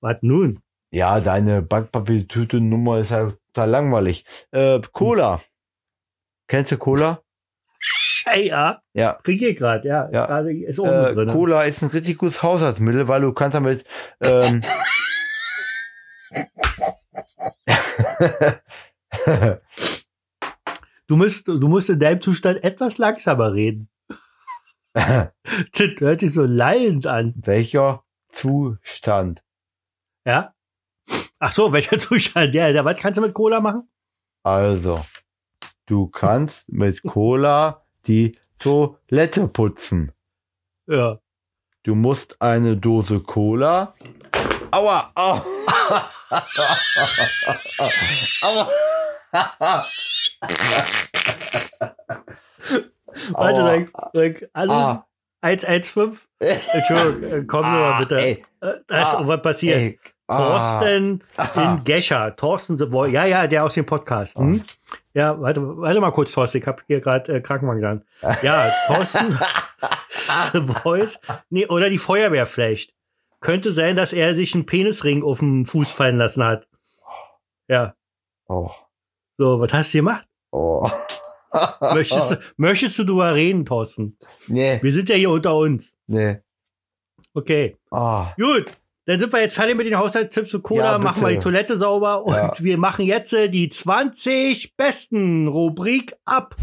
A: Was nun?
B: Ja, deine Backpapiertüte-Nummer ist halt total langweilig. Äh, Cola. Kennst du Cola?
A: Ey, ja,
B: Ja.
A: krieg ich gerade, ja.
B: Ja.
A: Gerade Ist oben
B: Äh,
A: drin. ne?
B: Cola ist ein richtig gutes Haushaltsmittel, weil du kannst damit. Ähm,
A: Du musst, du musst in deinem Zustand etwas langsamer reden. das hört sich so lallend an,
B: welcher Zustand?
A: ja? Ach so, welcher Zustand? Ja, ja, was kannst du mit Cola machen?
B: Also, du kannst mit Cola die Toilette putzen.
A: Ja.
B: Du musst eine Dose Cola. Aua! Au. Aua!
A: Warte,
B: Aua.
A: Reik, Reik, alles
B: Oh. Ah.
A: 115. Entschuldigung, äh, kommen Sie
B: Ah,
A: mal bitte.
B: ey.
A: Äh, Da ist
B: Ah,
A: was passiert.
B: Ey, ah.
A: Thorsten
B: Aha.
A: in Gescher. Thorsten, the Voice. ja, ja, der aus dem Podcast. Hm? Ja, warte, warte mal kurz, Thorsten. Ich habe hier gerade äh, Krankenwagen dran. Ja, Thorsten The Voice. Nee, oder die Feuerwehr vielleicht. Könnte sein, dass er sich einen Penisring auf den Fuß fallen lassen hat. Ja.
B: Oh.
A: So, was hast du gemacht?
B: Oh.
A: Möchtest, du- möchtest du drüber reden, Thorsten?
B: Nee,
A: Wir sind ja hier unter uns.
B: nee.
A: Okay.
B: Ah.
A: Gut, dann sind wir jetzt fertig mit den Haushaltstipps zu Cola,
B: Ja, bitte.
A: machen wir die Toilette sauber und
B: Ja.
A: wir machen jetzt äh, die 20 besten Rubrik ab.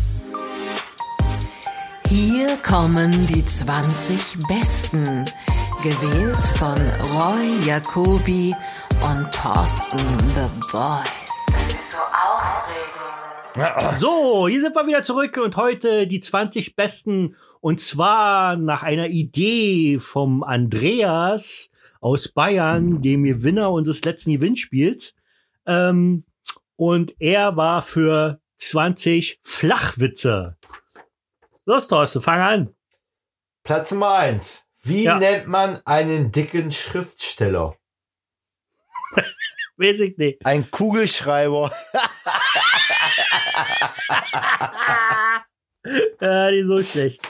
C: Hier kommen die 20 Besten, gewählt von Roy Jacobi und Thorsten The Voice.
D: So aufregend.
A: So, hier sind wir wieder zurück und heute die 20 besten und zwar nach einer Idee vom Andreas aus Bayern, dem Gewinner unseres letzten Gewinnspiels. Ähm, und er war für 20 Flachwitze. Los, Thorsten, fang an.
B: Platz Nummer eins. Wie
A: Ja.
B: nennt man einen dicken Schriftsteller?
A: Weiß ich nicht.
B: Ein Kugelschreiber.
A: Ja, die ist so schlecht.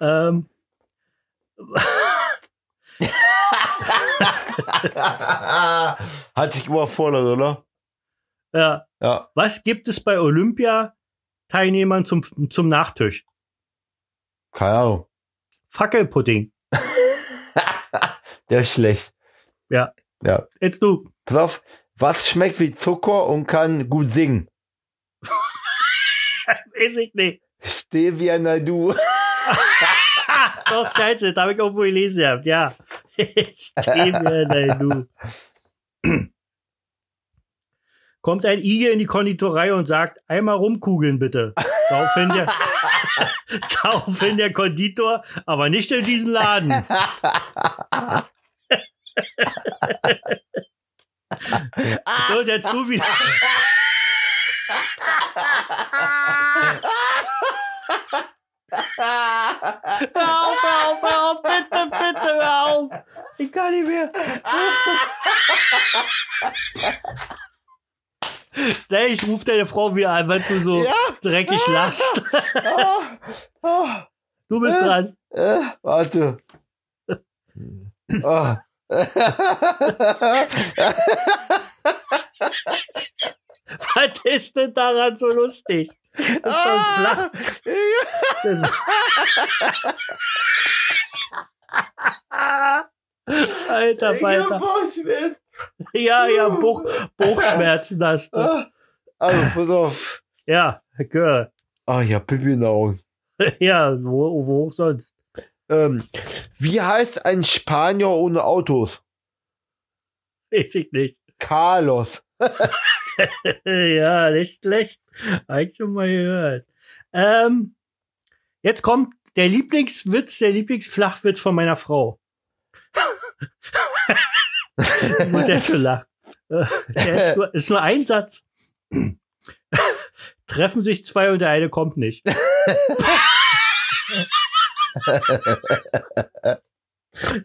A: Ähm,
B: Hat sich überfordert, oder?
A: ja.
B: Ja.
A: Was gibt es bei Olympia-Teilnehmern zum, zum Nachtisch?
B: Keine Ahnung.
A: Fackelpudding.
B: Der ist schlecht.
A: Ja.
B: Ja.
A: Jetzt du.
B: Pass auf, was schmeckt wie Zucker und kann gut singen?
A: Weiß ich nicht.
B: Stevia Naidu.
A: Doch, scheiße, das habe ich irgendwo gelesen gehabt, ja. Stevia, nein, du. Kommt ein Igel in die Konditorei und sagt, einmal rumkugeln bitte. Daraufhin der, daraufhin der Konditor, aber nicht in diesen Laden. so, jetzt du wieder. Hör auf, hör auf, hör auf, bitte, bitte, hör auf. Ich kann nicht mehr. Nee, ich rufe deine Frau wieder an, weil du so
B: Ja.
A: dreckig lachst. Du bist dran.
B: Äh, warte. Oh.
A: Was ist denn daran so lustig? Das ist doch flach.
B: Ah.
A: Alter, Alter. Ja, ja, Buch, Buchschmerzen hast du.
B: Ah. Also, pass auf.
A: Ja, Girl.
B: Ah, ja, Pipi in den Augen.
A: Ja, wo, wo auch sonst?
B: Ähm, wie heißt ein Spanier ohne Autos?
A: Weiß ich nicht.
B: Carlos.
A: ja, nicht schlecht. Hab ich schon mal gehört. Ähm, jetzt kommt der Lieblingswitz, der Lieblingsflachwitz von meiner Frau. ich muss ja schon lachen. Äh, Der ist nur, ist nur ein Satz. Treffen sich zwei und der eine kommt nicht.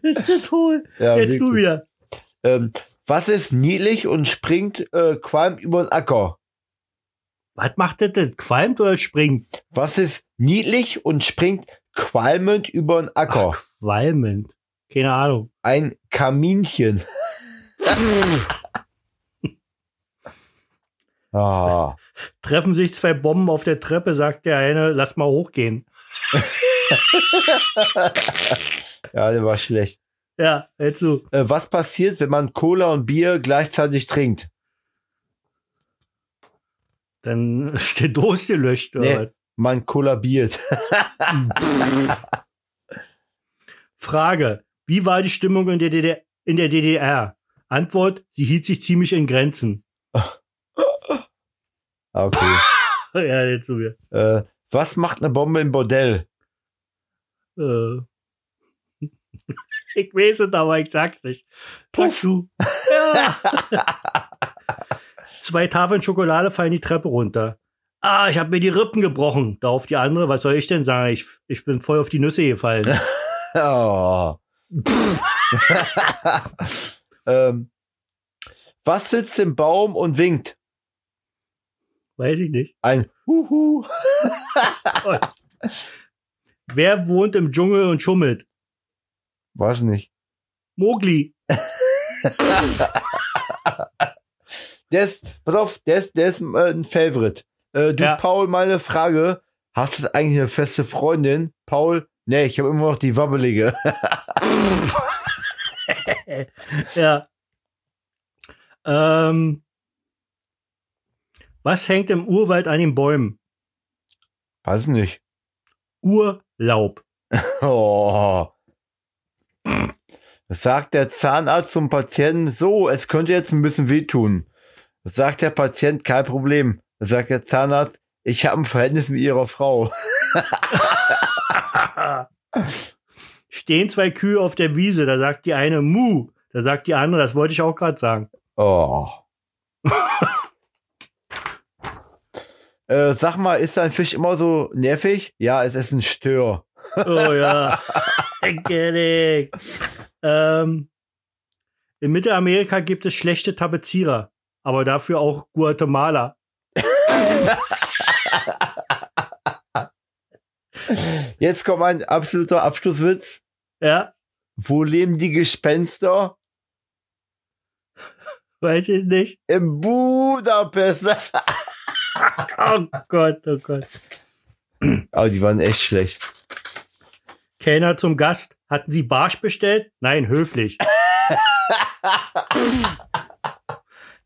A: ist das toll.
B: Ja,
A: jetzt du
B: wirklich.
A: wieder.
B: Ähm, was ist niedlich und springt äh, Qualm über den Acker?
A: Was macht das denn? Qualmt oder springt?
B: Was ist niedlich und springt qualmend über den Acker?
A: Ach, qualmend. Keine Ahnung.
B: Ein Kaminchen. ah.
A: Treffen sich zwei Bomben auf der Treppe, sagt der eine, lass mal hochgehen.
B: Ja, der war schlecht.
A: Ja, jetzt so.
B: Äh, was passiert, wenn man Cola und Bier gleichzeitig trinkt?
A: Dann ist die Dose gelöscht. oder
B: Nee.
A: was?
B: Man kollabiert.
A: Frage. Wie war die Stimmung in der, DDR, in der DDR? Antwort, sie hielt sich ziemlich in Grenzen.
B: Okay.
A: Ja, jetzt so. wieder.
B: äh, was macht eine Bombe im Bordell?
A: Äh. ich weiß es, aber ich sag's nicht. Sag du. Ja. Zwei Tafeln Schokolade fallen die Treppe runter. Ah, ich habe mir die Rippen gebrochen. Darauf die andere, was soll ich denn sagen? Ich, ich bin voll auf die Nüsse gefallen.
B: Oh. ähm, was sitzt im Baum und winkt?
A: Weiß ich nicht.
B: Ein Huhu.
A: Wer wohnt im Dschungel und schummelt?
B: Weiß nicht.
A: Mogli.
B: Der ist, pass auf, der ist, der ist äh, ein Favorite. Äh, du,
A: Ja.
B: Paul, meine Frage. Hast du eigentlich eine feste Freundin? Paul, nee, ich habe immer noch die wabbelige.
A: Ja. Ähm, was hängt im Urwald an den Bäumen?
B: Weiß nicht.
A: Urlaub.
B: Oh. Das sagt der Zahnarzt zum Patienten, so, es könnte jetzt ein bisschen wehtun. Das sagt der Patient, kein Problem. Das sagt der Zahnarzt, ich habe ein Verhältnis mit ihrer Frau.
A: Stehen zwei Kühe auf der Wiese, da sagt die eine Mu, da sagt die andere, das wollte ich auch gerade sagen.
B: Oh. äh, sag mal, ist dein Fisch immer so nervig? Ja, es ist ein Stör.
A: Oh ja. Get it. Ähm, in Mittelamerika gibt es schlechte Tapezierer, aber dafür auch Guatemala.
B: Jetzt kommt ein absoluter Abschlusswitz.
A: Ja,
B: Wo leben die Gespenster?
A: weiß ich nicht.
B: Im Budapest.
A: Oh Gott, oh Gott.
B: Aber die waren echt schlecht.
A: Kellner zum Gast. Hatten Sie Barsch bestellt? Nein, höflich.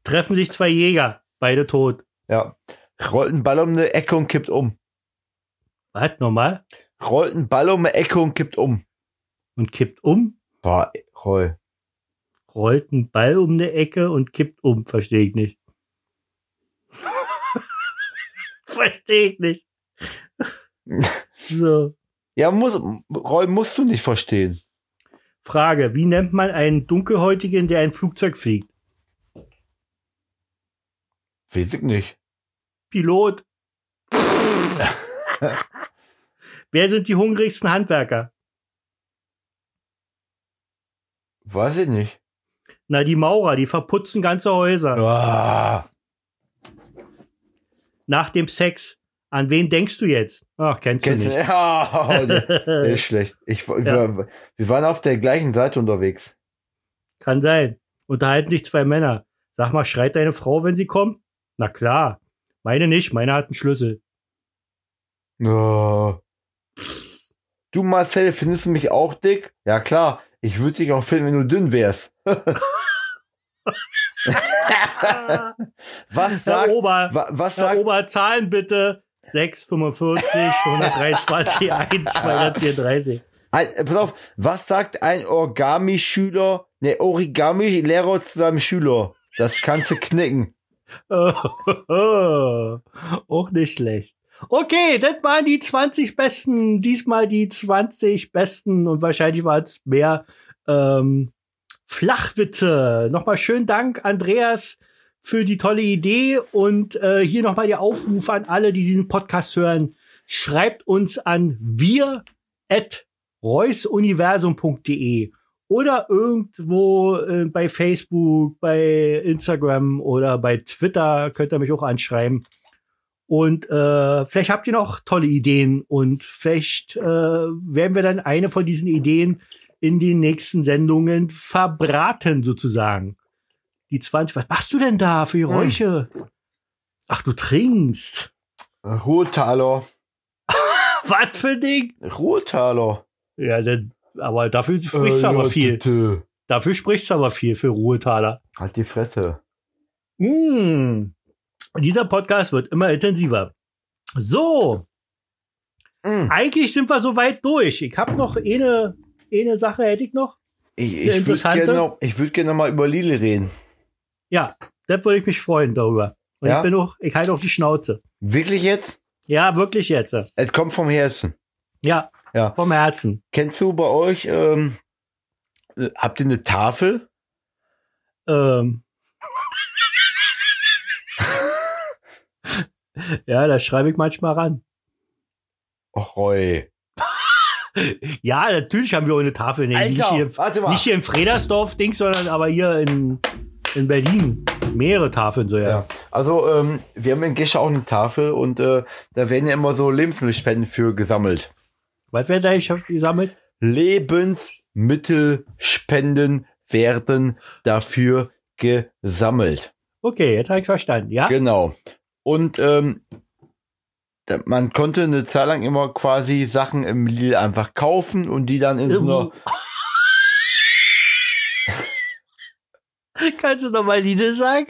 A: Treffen sich zwei Jäger, beide tot.
B: Ja. Rollt ein Ball um eine Ecke und kippt um.
A: Was, nochmal?
B: Rollt ein Ball um eine Ecke und kippt um.
A: Und kippt um?
B: Boah, Roll.
A: rollt einen Ball um eine Ecke und kippt um. Verstehe ich nicht. Verstehe ich nicht. so.
B: Ja, muss, Roll musst du nicht verstehen.
A: Frage, wie nennt man einen Dunkelhäutigen, der ein Flugzeug fliegt?
B: Weiß ich nicht.
A: Pilot. Wer sind die hungrigsten Handwerker?
B: Weiß ich nicht.
A: Na, die Maurer, die verputzen ganze Häuser.
B: Ah,
A: Nach dem Sex. An wen denkst du jetzt? Ach, kennst,
B: kennst
A: du
B: du
A: nicht.
B: nicht? Ja, der- der
A: Äh,
B: ist schlecht. Ich, wir, wir waren auf der gleichen Seite unterwegs.
A: Kann sein. Unterhalten sich zwei Männer. Sag mal, schreit deine Frau, wenn sie kommt? Na klar. Meine nicht, meine hat einen Schlüssel.
B: Ja. Du Marcel, findest du mich auch dick? Ja klar, ich würde dich auch finden, wenn du dünn wärst.
A: Ah,
B: Was
A: Herr
B: sagt,
A: Ober,
B: wa, was
A: Herr
B: sagt,
A: Ober, Zahlen bitte. 645, 123, 1, 234.
B: ein, äh, pass auf, was sagt ein Origami-Schüler, ne Origami-Lehrer zu seinem Schüler? Das kannst du knicken.
A: Auch nicht schlecht. Okay, das waren die 20 Besten. Diesmal die 20 Besten und wahrscheinlich waren es mehr ähm, Flachwitze. Nochmal schönen Dank, Andreas, für die tolle Idee und äh, hier nochmal der Aufruf an alle, die diesen Podcast hören. Schreibt uns an wir at reusuniversum.de oder irgendwo äh, bei Facebook, bei Instagram oder bei Twitter könnt ihr mich auch anschreiben. Und äh, vielleicht habt ihr noch tolle Ideen und vielleicht äh, werden wir dann eine von diesen Ideen in den nächsten Sendungen verbraten sozusagen. Die 20, was machst du denn da für Geräusche? Ach, du trinkst.
B: Ruhrtaler.
A: Was für ein Ding?
B: Ruhrtaler.
A: Ja, dann, aber dafür
B: Äh,
A: sprichst du aber viel.
B: bitte.
A: Dafür sprichst du aber viel für Ruhetaler.
B: Halt die Fresse. Hm.
A: Mm. Dieser Podcast wird immer intensiver. So,
B: Mm.
A: eigentlich sind wir soweit durch. Ich habe noch eine, eine Sache, hätte ich noch.
B: Ich,
A: Eine
B: ich würde
A: interessante-
B: gerne noch, ich würd gerne noch mal über Lille reden.
A: Ja, das würde ich mich freuen darüber. Und
B: Ja?
A: ich bin auch, ich halte auch die Schnauze.
B: Wirklich jetzt?
A: Ja, wirklich jetzt.
B: Es kommt vom Herzen.
A: Ja,
B: Ja.
A: vom Herzen.
B: Kennst du bei euch, ähm, äh, habt ihr eine Tafel?
A: Ähm. ja, da schreibe ich manchmal ran.
B: Och, Roy.
A: Ja, natürlich haben wir auch eine Tafel. Nee, nicht hier,
B: warte
A: Nicht hier in Fredersdorf, Dings, sondern aber hier in, in Berlin. Mehrere Tafeln so, ja.
B: Ja. Also, ähm, wir haben in Gesche auch eine Tafel und äh, da werden ja immer so Lebensmittelspenden für gesammelt.
A: Was wird da gesch- gesammelt?
B: Lebensmittelspenden werden dafür gesammelt.
A: Okay, jetzt habe ich verstanden. Ja,
B: Genau. Und ähm, da- man konnte eine Zeit lang immer quasi Sachen im Lidl einfach kaufen und die
A: Äh,
B: dann in so einer
A: kannst du nochmal Lidl sagen?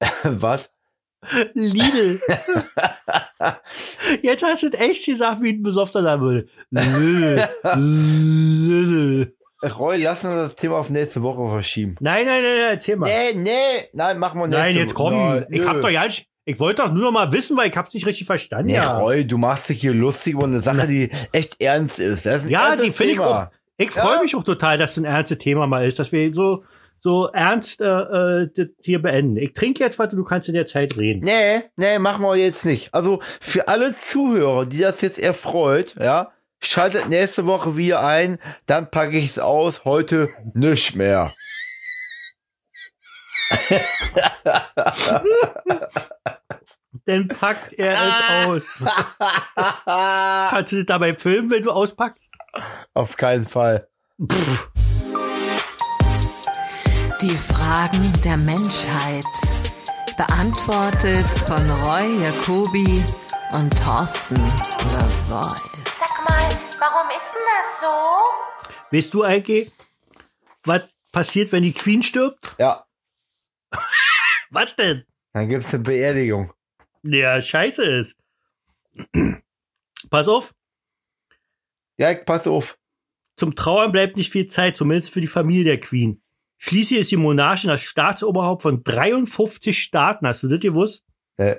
B: Was?
A: Lidl. jetzt hast du es echt gesagt, wie ein Besoffter sagen würde. Lidl. Lidl.
B: Roy, lass uns das Thema auf nächste Woche verschieben.
A: Nein, nein, nein, nein, erzähl mal.
B: Nee, Äh, nee, nein, machen wir nächste
A: nein, jetzt komm.
B: Nein,
A: ich hab
B: nö.
A: doch ja nicht, ich wollte doch nur noch mal wissen, weil ich hab's nicht richtig verstanden.
B: Nee,
A: ja,
B: Roy, du machst dich hier lustig über eine Sache, die echt ernst ist. Das ist ein
A: ja
B: ernstes
A: die finde ich auch.
B: Thema.
A: Ich freue
B: Ja.
A: mich auch total, dass es ein ernstes Thema mal ist, dass wir so so ernst äh, äh, das hier beenden. Ich trinke jetzt was und du kannst in der Zeit reden.
B: Nee, nee, machen wir jetzt nicht. Also für alle Zuhörer, die das jetzt erfreut, ja, schaltet nächste Woche wieder ein, dann packe ich es aus, heute nicht mehr.
A: dann packt er
B: Ah.
A: es aus. Kannst du das dabei filmen, wenn du auspackst?
B: Auf keinen Fall.
A: Pff,
C: Die Fragen der Menschheit. Beantwortet von Roy Jacobi und Thorsten The Voice.
D: Sag mal, warum ist denn das so?
A: weißt du eigentlich, was passiert, wenn die Queen stirbt?
B: Ja,
A: Was denn?
B: dann gibt's eine Beerdigung.
A: Ja, scheiße ist. Pass auf,
B: Ja, ich pass auf.
A: Zum Trauern bleibt nicht viel Zeit, zumindest für die Familie der Queen. Schließlich ist die Monarchin das Staatsoberhaupt von 53 Staaten. Hast du das gewusst?
B: Äh,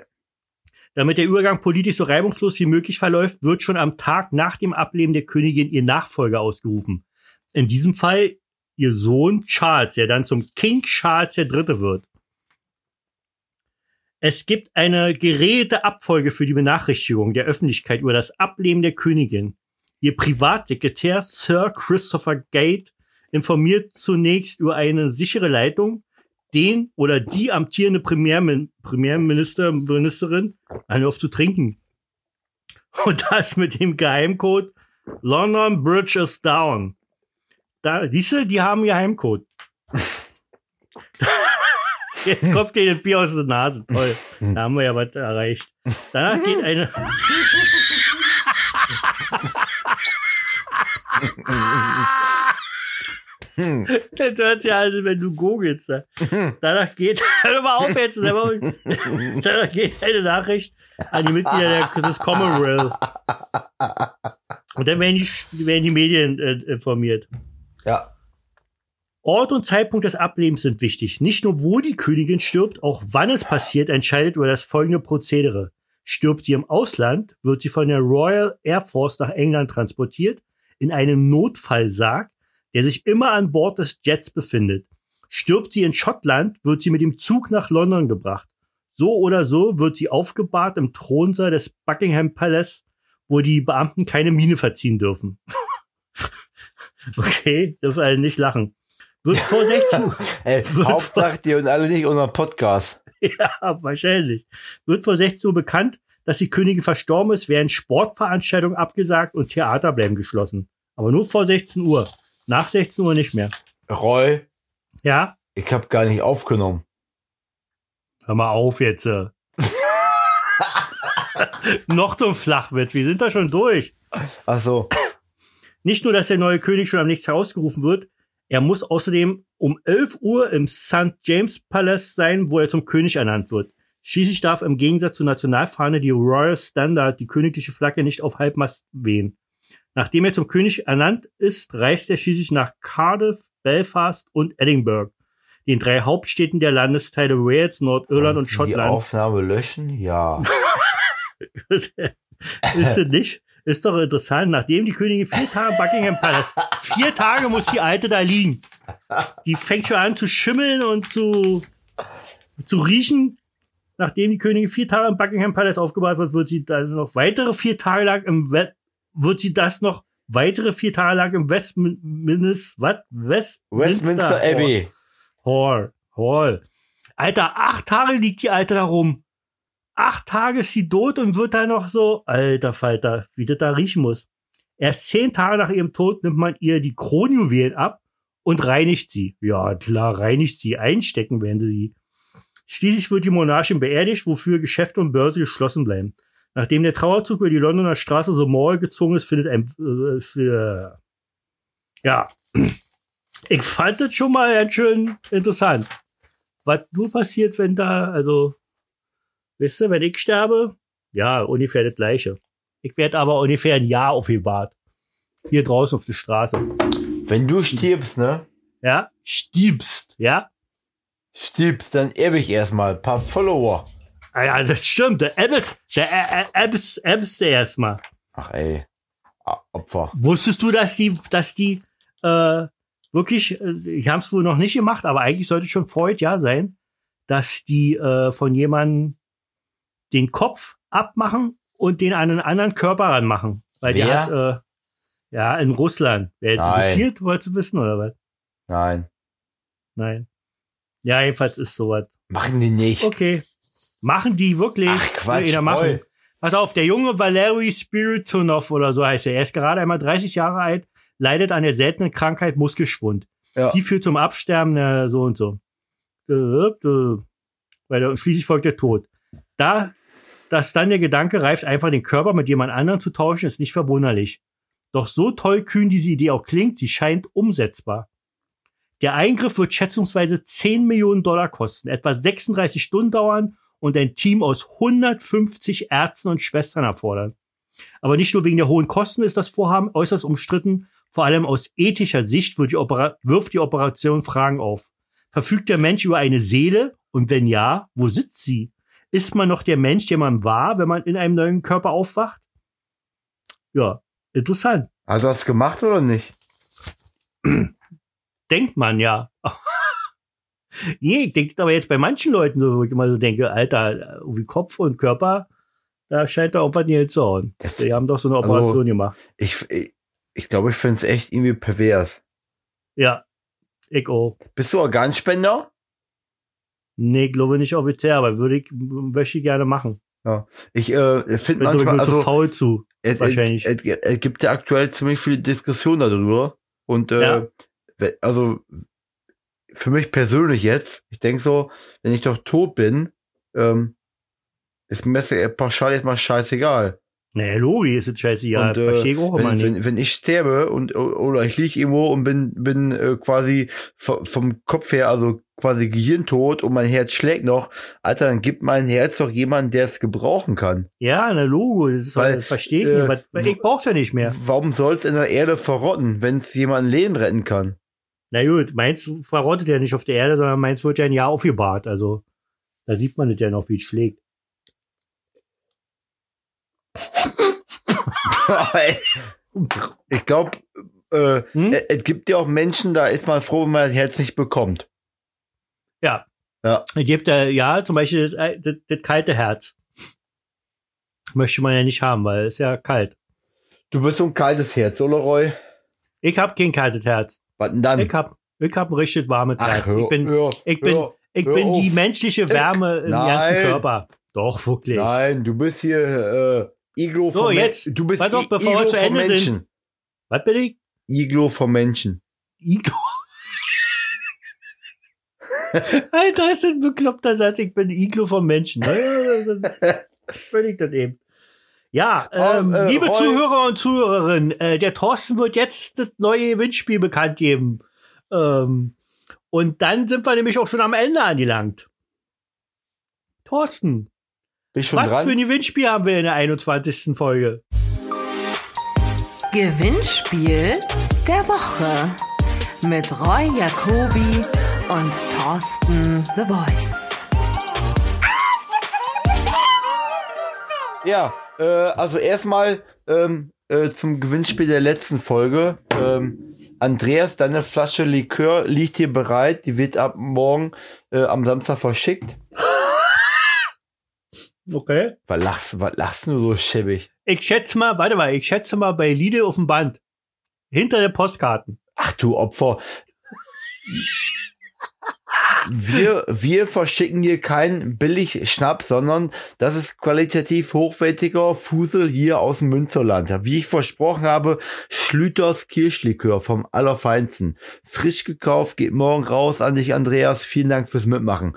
A: Damit der Übergang politisch so reibungslos wie möglich verläuft, wird schon am Tag nach dem Ableben der Königin ihr Nachfolger ausgerufen. In diesem Fall ihr Sohn Charles, der dann zum King Charles III. wird. Es gibt eine geregelte Abfolge für die Benachrichtigung der Öffentlichkeit über das Ableben der Königin. Ihr Privatsekretär Sir Christopher Gate informiert zunächst über eine sichere Leitung, den oder die amtierende Premiermin Premierminister, Ministerin, eine auf zu trinken. Und das mit dem Geheimcode London Bridge is down. Da, diese, die haben Geheimcode. Jetzt kommt dir das Bier aus der Nase. Toll. Da haben wir ja was erreicht. Danach geht eine. Das hört sich an, wenn du googelst. ne? Danach geht, hör doch mal auf jetzt, sag mal, danach geht eine Nachricht an die Mitglieder der, des Commonwealth. Und dann werden die, werden die Medien äh, informiert.
B: ja,
A: Ort und Zeitpunkt des Ablebens sind wichtig. Nicht nur, wo die Königin stirbt, auch wann es passiert, entscheidet über das folgende Prozedere. Stirbt sie im Ausland, wird sie von der Royal Air Force nach England transportiert, in einem Notfallsarg, der sich immer an Bord des Jets befindet. Stirbt sie in Schottland, wird sie mit dem Zug nach London gebracht. So oder so wird sie aufgebahrt im Thronsaal des Buckingham Palace, wo die Beamten keine Miene verziehen dürfen. okay, das ist nicht lachen. Wird vor 16 Uhr.
B: ey, Hauptsache die und alle nicht unseren Podcast.
A: Ja, wahrscheinlich. Wird vor 16 Uhr bekannt, dass die Königin verstorben ist, werden Sportveranstaltungen abgesagt und Theater bleiben geschlossen. Aber nur vor 16 Uhr. Nach 16 Uhr nicht mehr.
B: Roy,
A: Ja?
B: ich hab gar nicht aufgenommen.
A: Hör mal auf jetzt. äh. Noch so ein Flachwitz. Wir sind da schon durch.
B: Ach so.
A: Nicht nur, dass der neue König schon am nächsten Tag ausgerufen wird, er muss außerdem um 11 Uhr im St. James Palace sein, wo er zum König ernannt wird. Schließlich darf im Gegensatz zur Nationalfahne die Royal Standard, die königliche Flagge, nicht auf Halbmast wehen. Nachdem er zum König ernannt ist, reist er schließlich nach Cardiff, Belfast und Edinburgh, den drei Hauptstädten der Landesteile Wales, Nordirland und
B: Die
A: Schottland.
B: Aufnahme löschen? Ja.
A: ist es nicht? Ist doch interessant. Nachdem die Königin vier Tage im Buckingham Palace, vier Tage muss die Alte da liegen. Die fängt schon an zu schimmeln und zu, zu riechen. Nachdem die Königin vier Tage im Buckingham Palace aufgebaut wird, wird sie dann noch weitere vier Tage lang im We wird sie das noch weitere vier Tage lang im Westminster, was? West
B: Westminster Abbey.
A: Hall, Hall. Alter, acht Tage liegt die Alte da rum. Acht Tage ist sie tot und wird da noch so, alter Falter, wie das da riechen muss. Erst zehn Tage nach ihrem Tod nimmt man ihr die Kronjuwelen ab und reinigt sie. Ja, klar, reinigt sie. Einstecken werden sie sie. Schließlich wird die Monarchin beerdigt, wofür Geschäfte und Börse geschlossen bleiben. Nachdem der Trauerzug über die Londoner Straße so Mall gezogen ist, findet ein... Äh, ist, äh, ja, ich fand das schon mal ganz schön interessant. Was nur passiert, wenn da, also, wisst ihr, wenn ich sterbe, ja, ungefähr das Gleiche. Ich werde aber ungefähr ein Jahr aufgebahrt. Hier draußen auf der Straße.
B: Wenn du stirbst, ne?
A: Ja, stirbst, ja.
B: Stirbst, dann erbe ich erstmal ein paar Follower.
A: Ah Ja, das stimmt. Der Abbas, der äh, Ä- Ä- Abbas, Abbas der erstmal.
B: Ach ey. Ah, Opfer.
A: Wusstest du, dass die, dass die äh, wirklich, äh, ich habe es wohl noch nicht gemacht, aber eigentlich sollte es schon vorher ja sein, dass die äh, von jemandem den Kopf abmachen und den an einen anderen Körper ranmachen. Weil der
B: Wer?
A: hat, äh, ja, in Russland. Wer
B: Nein.
A: interessiert, wolltest du wissen, oder was?
B: Nein.
A: Nein. Ja, jedenfalls ist sowas.
B: Machen die nicht.
A: Okay. Machen die wirklich?
B: Ach, Quatsch,
A: Will einer machen.
B: voll.
A: Pass auf, der junge Valery Spiritunov oder so heißt er. Er ist gerade einmal 30 Jahre alt, leidet an der seltenen Krankheit Muskelschwund.
B: Ja.
A: Die führt zum Absterben, äh, so und so. Äh, äh, Weil der- und schließlich folgt der Tod. Da, dass dann der Gedanke reift, einfach den Körper mit jemand anderem zu tauschen, ist nicht verwunderlich. Doch so tollkühn diese Idee auch klingt, sie scheint umsetzbar. Der Eingriff wird schätzungsweise 10 Millionen Dollar kosten, etwa 36 Stunden dauern und ein Team aus 150 Ärzten und Schwestern erfordern. Aber nicht nur wegen der hohen Kosten ist das Vorhaben äußerst umstritten, vor allem aus ethischer Sicht wird die Opera wirft die Operation Fragen auf. Verfügt der Mensch über eine Seele? Und wenn ja, wo sitzt sie? Ist man noch der Mensch, der man war, wenn man in einem neuen Körper aufwacht? Ja, interessant.
B: Also hast du gemacht oder nicht?
A: denkt man ja. nee, ich denke das aber jetzt bei manchen Leuten, so, wo ich immer so denke, Alter, äh, wie Kopf und Körper, da scheint da irgendwas nicht hinzuhauen.
B: Das-
A: Die haben doch so eine
B: Also-
A: Operation gemacht.
B: Ich, ich, ich glaube, ich finde es echt irgendwie pervers.
A: Ja. Ich auch.
B: Bist du Organspender?
A: Nee, ich glaube nicht offiziell, aber würde ich, möchte ich gerne machen.
B: Ich äh, finde
A: Bin doch
B: manchmal,
A: nur zu
B: also
A: faul zu.
B: es, es,
A: wahrscheinlich.
B: es, es gibt ja aktuell ziemlich viele Diskussionen darüber. Und äh,
A: Ja.
B: we- also für mich persönlich jetzt, ich denke so, wenn ich doch tot bin, ähm, ist mir das, äh, pauschal jetzt mal scheißegal.
A: Naja, Lori ist jetzt scheißegal.
B: Und, äh,
A: Verstehe ich auch immer
B: Wenn,
A: nicht.
B: wenn, wenn ich sterbe und oder ich liege irgendwo und bin bin äh, quasi v- vom Kopf her also quasi gehirntot und mein Herz schlägt noch, Alter, dann gibt mein Herz doch jemanden, der es gebrauchen kann.
A: Ja, na Logo, das
B: Weil,
A: verstehe ich
B: äh,
A: nicht. weil- weil Ich brauch's ja nicht mehr.
B: Warum soll's in der Erde verrotten, wenn es jemanden Leben retten kann?
A: Na gut, meins verrottet ja nicht auf der Erde, sondern meins wird ja ein Jahr aufgebahrt. Also da sieht man es ja noch, wie es schlägt.
B: ich glaube, äh,
A: Hm?
B: es- es gibt ja auch Menschen, da ist man froh, wenn man das Herz nicht bekommt.
A: Ja.
B: Ja.
A: Es gibt äh, ja zum Beispiel das, äh, das, das kalte Herz. Möchte man ja nicht haben, weil es ist ja kalt.
B: Du bist so ein kaltes Herz, oder Roy?
A: Ich hab kein kaltes Herz.
B: Was denn dann?
A: Ich hab, ich hab ein richtig warmes Herz. ich bin,
B: Ähm. hör,
A: ich bin-
B: hör.
A: ich
B: hör
A: bin die
B: auf.
A: menschliche Wärme im
B: Nein.
A: ganzen Körper. Doch, wirklich.
B: Nein, du bist hier äh, Iglo
A: So,
B: von
A: jetzt.
B: Du bist
A: Warte doch,
B: I-
A: bevor wir
B: Iglo
A: zu
B: von
A: Ende sind.
B: Menschen.
A: Was bin ich?
B: Iglo von Menschen.
A: Iglo. Alter, ist ein bekloppter Satz. Ich bin Iglo vom Menschen. Bin ich das eben. Ja, ähm,
B: Oh, äh,
A: liebe
B: Roy-
A: Zuhörer und Zuhörerinnen, äh, der Thorsten wird jetzt das neue Gewinnspiel bekannt geben. Ähm, und dann sind wir nämlich auch schon am Ende angelangt. Thorsten,
B: Bin ich schon
A: was für ein
B: dran?
A: Gewinnspiel haben wir in der 21. Folge?
C: Gewinnspiel der Woche mit Roy Jacobi und Thorsten The Voice.
B: Ja, äh, also erstmal ähm, äh, zum Gewinnspiel der letzten Folge. Ähm, Andreas, deine Flasche Likör liegt hier bereit. Die wird ab morgen äh, am Samstag verschickt.
A: Okay.
B: Was lachst, was lachst du so schäbig?
A: Ich schätze mal, warte mal, ich schätze mal bei Lidl auf dem Band. Hinter den Postkarten.
B: Ach du Opfer. Wir, wir verschicken hier keinen billig Schnaps, sondern das ist qualitativ hochwertiger Fusel hier aus dem Münsterland. Wie ich versprochen habe, Schlüters Kirschlikör vom Allerfeinsten. Frisch gekauft, geht morgen raus an dich, Andreas. Vielen Dank fürs Mitmachen.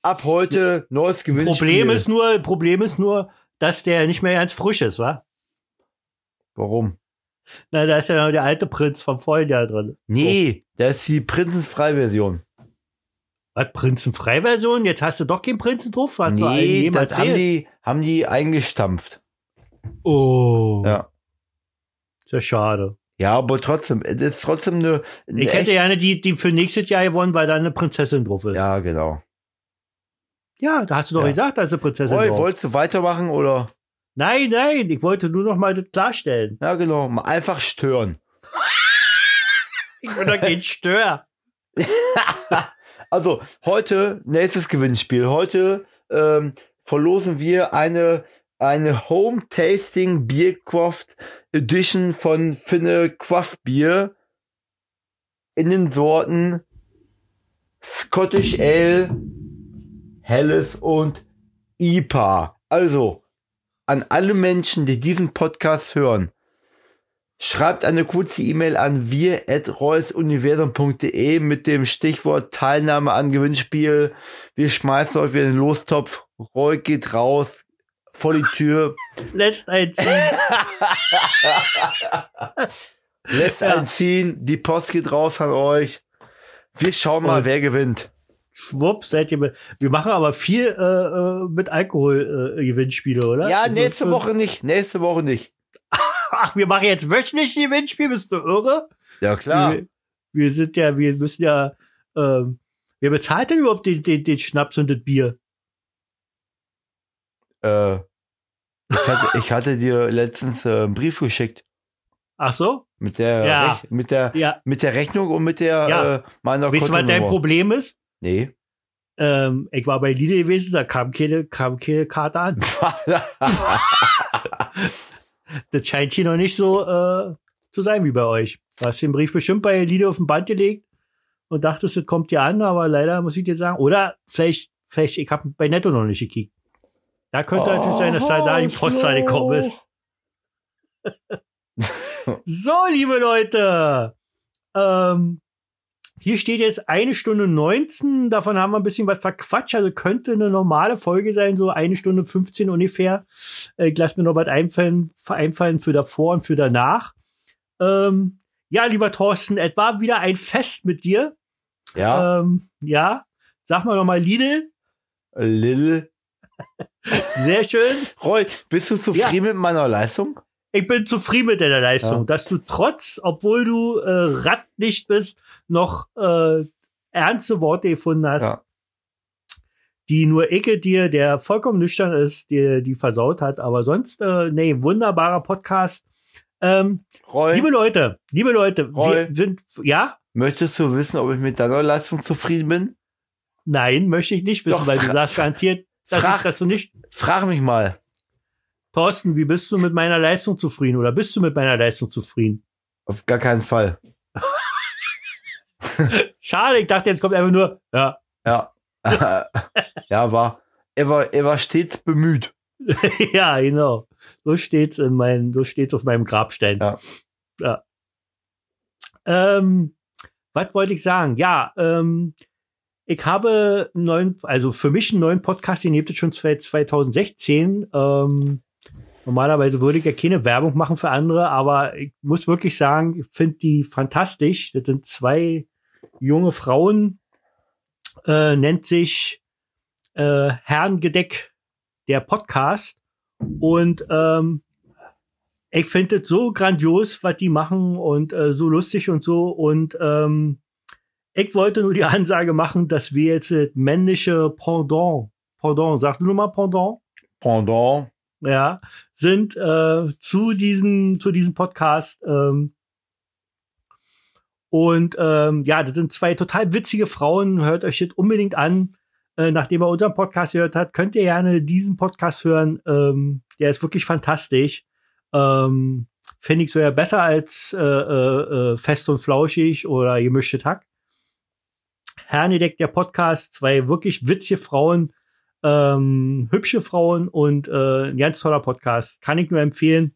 B: Ab heute neues Gewinnspiel.
A: Problem ist nur, Problem ist nur, dass der nicht mehr ganz frisch ist, wa?
B: Warum?
A: Na, da ist ja noch der alte Prinz vom Vorjahr drin.
B: Nee, das ist die Prinzenfrei-Version.
A: Was, Prinzenfrei-Version? Jetzt hast du doch keinen Prinzen drauf, was du allen
B: Nee,
A: jedem
B: das haben
A: erzählt.
B: die, haben die eingestampft.
A: Oh.
B: Ja.
A: Ist ja schade.
B: Ja, aber trotzdem, es ist trotzdem eine. eine
A: Ich hätte
B: echt-
A: gerne die, die für nächstes Jahr gewonnen, weil da eine Prinzessin drauf ist.
B: ja, genau.
A: Ja, da hast du doch
B: Ja.
A: gesagt, da ist eine Prinzessin
B: Roy,
A: drauf.
B: wolltest du weitermachen oder?
A: nein, nein, ich wollte nur noch mal das klarstellen.
B: Ja, genau. Mal einfach stören.
A: Ich bin doch kein Stör.
B: Also, heute, nächstes Gewinnspiel. Heute ähm, verlosen wir eine, eine Home Tasting Biercraft Edition von Finne Craft Bier in den Sorten Scottish Ale, Helles und IPA. Also, an alle Menschen, die diesen Podcast hören, schreibt eine kurze E-Mail an wir.reusuniversum.de mit dem Stichwort Teilnahme an Gewinnspiel. Wir schmeißen euch wieder in den Lostopf. Roy geht raus, vor die Tür,
A: Lässt einziehen.
B: lässt einen ziehen, die Post geht raus an euch. Wir schauen mal,
A: Und-
B: wer gewinnt.
A: Schwupp, seid ihr mit. Wir machen aber viel äh, äh, mit Alkohol äh, Gewinnspiele, oder?
B: Ja,
A: Also,
B: nächste
A: äh,
B: Woche nicht. Nächste Woche nicht.
A: Ach, wir machen jetzt wöchentlich ein Gewinnspiel, bist du irre?
B: Ja, klar.
A: Wir, wir sind ja, wir müssen ja, ähm, wer bezahlt denn überhaupt den, den, den Schnaps und das Bier?
B: Äh, ich, hatte, ich hatte dir letztens äh, einen Brief geschickt
A: Ach so?
B: mit der,
A: Ja.
B: Rech mit der,
A: Ja.
B: mit der Rechnung und mit der
A: Ja.
B: äh, meiner
A: weißt du, was dein
B: Kontonummer.
A: Problem ist?
B: Nee.
A: Ähm, ich war bei Lidl gewesen, da kam keine, kam keine Karte an. Das scheint hier noch nicht so äh, zu sein wie bei euch. Du hast den Brief bestimmt bei Lidl auf den Band gelegt und dachtest, das kommt dir an, aber leider muss ich dir sagen, oder vielleicht, vielleicht, ich habe bei Netto noch nicht gekickt. Da könnte natürlich sein, dass da, da die Post angekommen ist. So, liebe Leute, ähm, hier steht jetzt eine Stunde 19, davon haben wir ein bisschen was verquatscht, also könnte eine normale Folge sein, so eine Stunde 15 ungefähr. Äh, Ich lasse mir noch was einfallen, vereinfallen für davor und für danach. Ähm, ja, lieber Thorsten, es war wieder ein Fest mit dir.
B: ja,
A: Ähm, ja, sag mal nochmal Lidl, Äh,
B: Lil.
A: sehr schön.
B: Roy, bist du zufrieden mit meiner Leistung?
A: Ich bin zufrieden mit deiner Leistung,
B: Ja.
A: dass du trotz, obwohl du äh, Radlicht bist, noch äh, ernste Worte gefunden hast,
B: Ja.
A: die nur Icke dir, der vollkommen nüchtern ist, dir die versaut hat. Aber sonst, äh, nee, wunderbarer Podcast. Ähm,
B: Roy,
A: liebe Leute, liebe Leute,
B: Roy.
A: wir sind, ja?
B: möchtest du wissen, ob ich mit deiner Leistung zufrieden bin?
A: Nein, möchte ich nicht wissen,
B: Doch,
A: weil du
B: fra-
A: sagst garantiert, dass,
B: frag-
A: ich, dass du nicht.
B: Frag mich mal.
A: Thorsten, wie bist du mit meiner Leistung zufrieden oder bist du mit meiner Leistung zufrieden?
B: Auf gar keinen Fall.
A: Schade, ich dachte, jetzt kommt einfach nur, ja,
B: Ja. ja, war. Er war, er war stets bemüht.
A: ja, genau. So steht's in meinem, so steht's auf meinem Grabstein.
B: Ja.
A: ja. Ähm, was wollte ich sagen? Ja, ähm, ich habe einen neuen, also für mich einen neuen Podcast, den gibt es schon seit 2016. Ähm, normalerweise würde ich ja keine Werbung machen für andere, aber ich muss wirklich sagen, ich finde die fantastisch. Das sind zwei junge Frauen, äh, nennt sich äh, Herrengedeck der Podcast. Und ähm, ich finde es so grandios, was die machen und äh, so lustig und so. Und ähm, ich wollte nur die Ansage machen, dass wir jetzt das männliche Pendant, Pendant, sagst du nochmal Pendant?
B: Pendant.
A: ja, sind äh, zu diesem zu diesem Podcast ähm, und ähm, ja, das sind zwei total witzige Frauen. Hört euch das unbedingt an. Äh, nachdem ihr unseren Podcast gehört habt, könnt ihr gerne diesen Podcast hören. Ähm, der ist wirklich fantastisch. Ähm, Finde ich sogar besser als äh, äh, äh, Fest und Flauschig oder Gemischtes Hack. Hernedeck, der Podcast, zwei wirklich witzige Frauen, ähm, hübsche Frauen und äh, ein ganz toller Podcast. Kann ich nur empfehlen.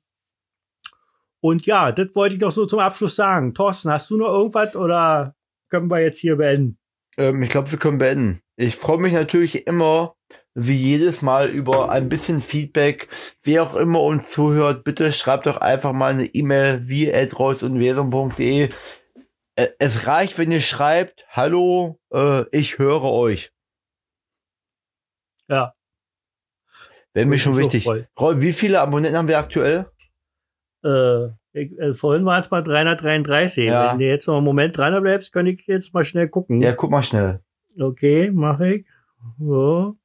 A: Und ja, das wollte ich doch so zum Abschluss sagen. Thorsten, hast du noch irgendwas oder können wir jetzt hier beenden?
B: Ähm, ich glaube, wir können beenden. Ich freue mich natürlich immer, wie jedes Mal, über ein bisschen Feedback. Wer auch immer uns zuhört, bitte schreibt doch einfach mal eine E-Mail wie atreusundwesen.de. Es reicht, wenn ihr schreibt, hallo, äh, ich höre euch.
A: Ja.
B: Wäre mir schon
A: Würde mich auch
B: wichtig.
A: freuen.
B: Roy, wie viele Abonnenten haben wir aktuell?
A: Äh, ich, äh, vorhin waren es mal 333.
B: Ja.
A: Wenn du jetzt noch einen Moment dran bleibst, kann ich jetzt mal schnell gucken.
B: Ja, guck mal schnell.
A: Okay, mache ich. So.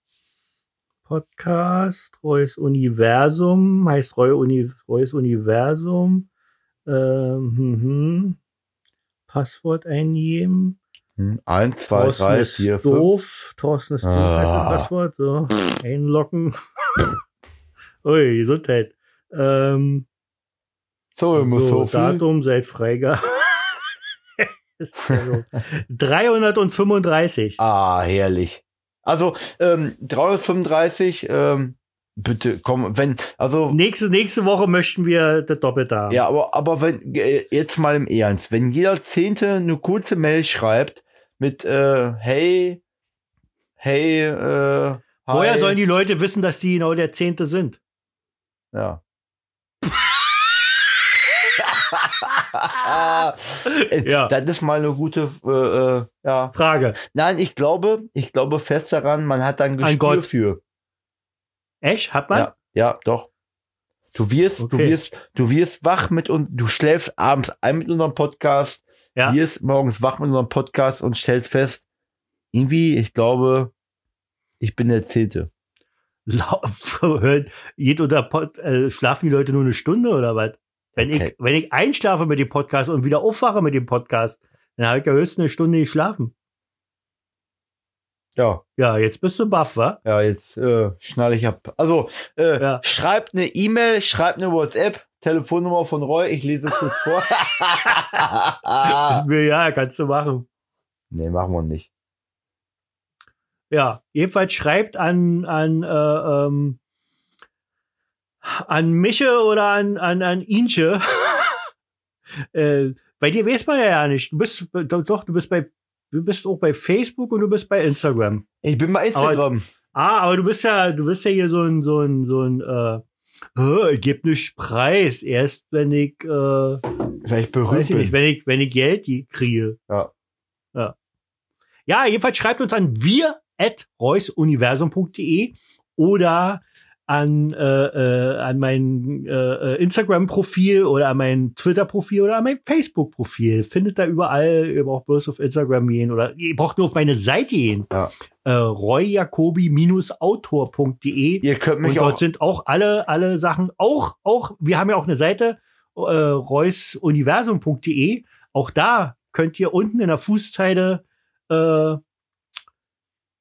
A: Podcast, Reues Universum, heißt Reu Uni, Reues Universum. Ähm, mhm. Passwort eingeben.
B: Hm, eins, zwei, drei,
A: ist
B: vier, fünf.
A: doof. Thorsten ist doof,
B: Ah.
A: heißt das Passwort. So, einloggen. Ui, Gesundheit. Ähm,
B: Sorry, muss Oh, so,
A: so,
B: viel.
A: Datum seit Freigabe. Ist ja so. 335.
B: Ah, herrlich. Also ähm, 335, ähm, bitte komm, wenn, also
A: Oh. Nächste, nächste Woche möchten wir das Doppelte haben.
B: ja, aber, aber wenn, äh, jetzt mal im Ernst, wenn jeder Zehnte eine kurze Mail schreibt mit äh, hey, hey, äh,
A: Woher
B: hi,
A: sollen die Leute wissen, dass die genau der Zehnte sind?
B: Ja.
A: Ja.
B: ja. Äh, Das ist mal eine gute, äh, äh, ja.
A: Frage.
B: Nein, ich glaube, ich glaube fest daran, man hat dann Gespür
A: Gott.
B: für.
A: Echt? Hat man?
B: Ja, ja, doch. Du wirst, du
A: Okay.
B: wirst, du wirst wach mit uns, du schläfst abends ein mit unserem Podcast,
A: Ja.
B: wirst morgens wach mit unserem Podcast und stellst fest, irgendwie, ich glaube, ich bin der Zehnte.
A: Lauf- hören- Geht unter Pod, äh, schlafen die Leute nur eine Stunde oder was? Wenn ich,
B: Okay.
A: wenn ich einschlafe mit dem Podcast und wieder aufwache mit dem Podcast, dann habe ich ja höchstens eine Stunde geschlafen.
B: Ja,
A: Ja, jetzt bist du baff, wa?
B: ja, jetzt äh, schnalle ich ab. Also, äh,
A: Ja.
B: schreibt eine E-Mail, schreibt eine WhatsApp, Telefonnummer von Roy, ich lese es kurz vor.
A: Ist mir- Ja, kannst du machen.
B: nee, machen wir nicht.
A: Ja, jedenfalls schreibt an, an, äh, ähm, an Miche oder an, an, an Inche. äh, bei dir weiß man ja ja nicht. Du bist, doch, doch, du bist bei, du bist auch bei Facebook und du bist bei Instagram.
B: Ich bin bei Instagram.
A: Ah, aber du bist ja, du bist ja hier so ein, so ein, so ein, äh, äh, gib nicht Preis, erst wenn ich, äh, weiß
B: Vielleicht berühmt
A: ich
B: bin.
A: nicht, wenn ich, wenn ich Geld die- kriege.
B: Ja.
A: Ja. Ja, jedenfalls schreibt uns an wir at reusuniversum.de oder an, äh, äh, an mein äh, äh, Instagram-Profil oder an mein Twitter-Profil oder an mein Facebook-Profil. Findet da überall, ihr braucht bloß auf Instagram gehen oder ihr braucht nur auf meine Seite gehen.
B: Ja.
A: Äh, royjacobi-autor.de
B: Ihr könnt
A: und
B: mich
A: dort
B: auch
A: sind auch alle, alle Sachen, auch, auch, wir haben ja auch eine Seite, äh, reusuniversum.de. Auch da könnt ihr unten in der Fußzeile äh,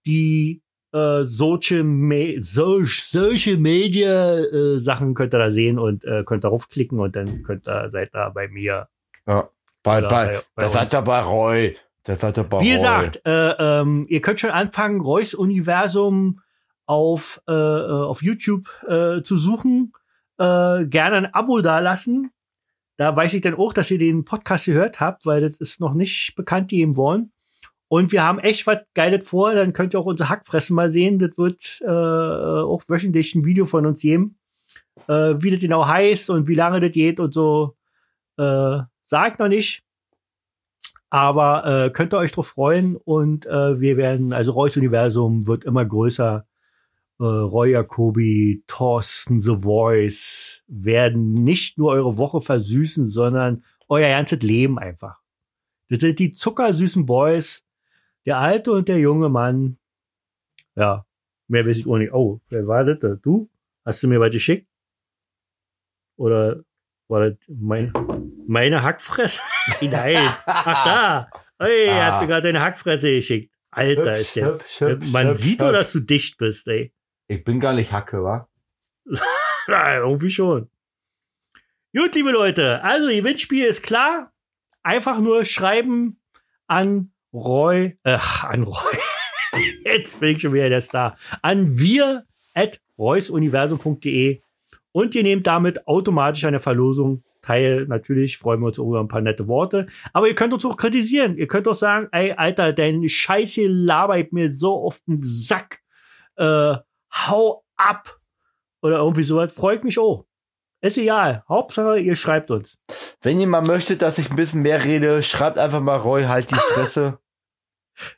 A: die äh, Social, Me Soc- Social Media äh, Sachen könnt ihr da sehen und äh, könnt darauf klicken und dann könnt ihr, seid da bei mir.
B: bei,
A: oder
B: bei,
A: bei- bei
B: Das
A: uns.
B: hat er bei Roy. Das hat er bei
A: Wie
B: Roy.
A: gesagt, äh, ähm, ihr könnt schon anfangen, Reus Universum auf, äh, äh, auf YouTube äh, zu suchen. Äh, gerne ein Abo dalassen. Da weiß ich dann auch, dass ihr den Podcast gehört habt, weil das ist noch nicht bekannt gegeben worden. Und wir haben echt was Geiles vor. Dann könnt ihr auch unser Hackfressen mal sehen. Das wird äh, auch wöchentlich ein Video von uns geben. Äh, wie das genau heißt und wie lange das geht und so. Äh, sagt noch nicht. Aber äh, könnt ihr euch drauf freuen und äh, wir werden, also Reus Universum wird immer größer. Äh, Roy Jacobi, Thorsten The Voice werden nicht nur eure Woche versüßen, sondern euer ganzes Leben einfach. Das sind die zuckersüßen Boys, der alte und der junge Mann. Ja, mehr weiß ich auch nicht. Oh, wer war das? da? Du? Hast du mir was geschickt? Oder war das mein, meine Hackfresse? Nein. Ach da. Ey, er hat
B: Ah.
A: mir gerade seine Hackfresse geschickt. Alter, äh, ist der.
B: Hübsch, hübsch,
A: Man
B: hübsch,
A: sieht
B: hübsch.
A: nur, dass du dicht bist, ey.
B: Ich bin gar nicht Hacke, wa?
A: Na, irgendwie schon. Gut, liebe Leute, also Gewinnspiel ist klar. Einfach nur schreiben an Roy, ach, an Roy. Jetzt bin ich schon wieder der Star. An wir at reusuniversum.de und ihr nehmt damit automatisch an der Verlosung teil. Natürlich freuen wir uns auch über ein paar nette Worte. Aber ihr könnt uns auch kritisieren. Ihr könnt auch sagen, ey, Alter, dein Scheiße labert mir so auf den Sack. Äh, hau ab oder irgendwie sowas, freut mich auch. Ist egal. Hauptsache, ihr schreibt uns.
B: Wenn ihr mal möchtet, dass ich ein bisschen mehr rede, schreibt einfach mal Roy, halt die Fresse.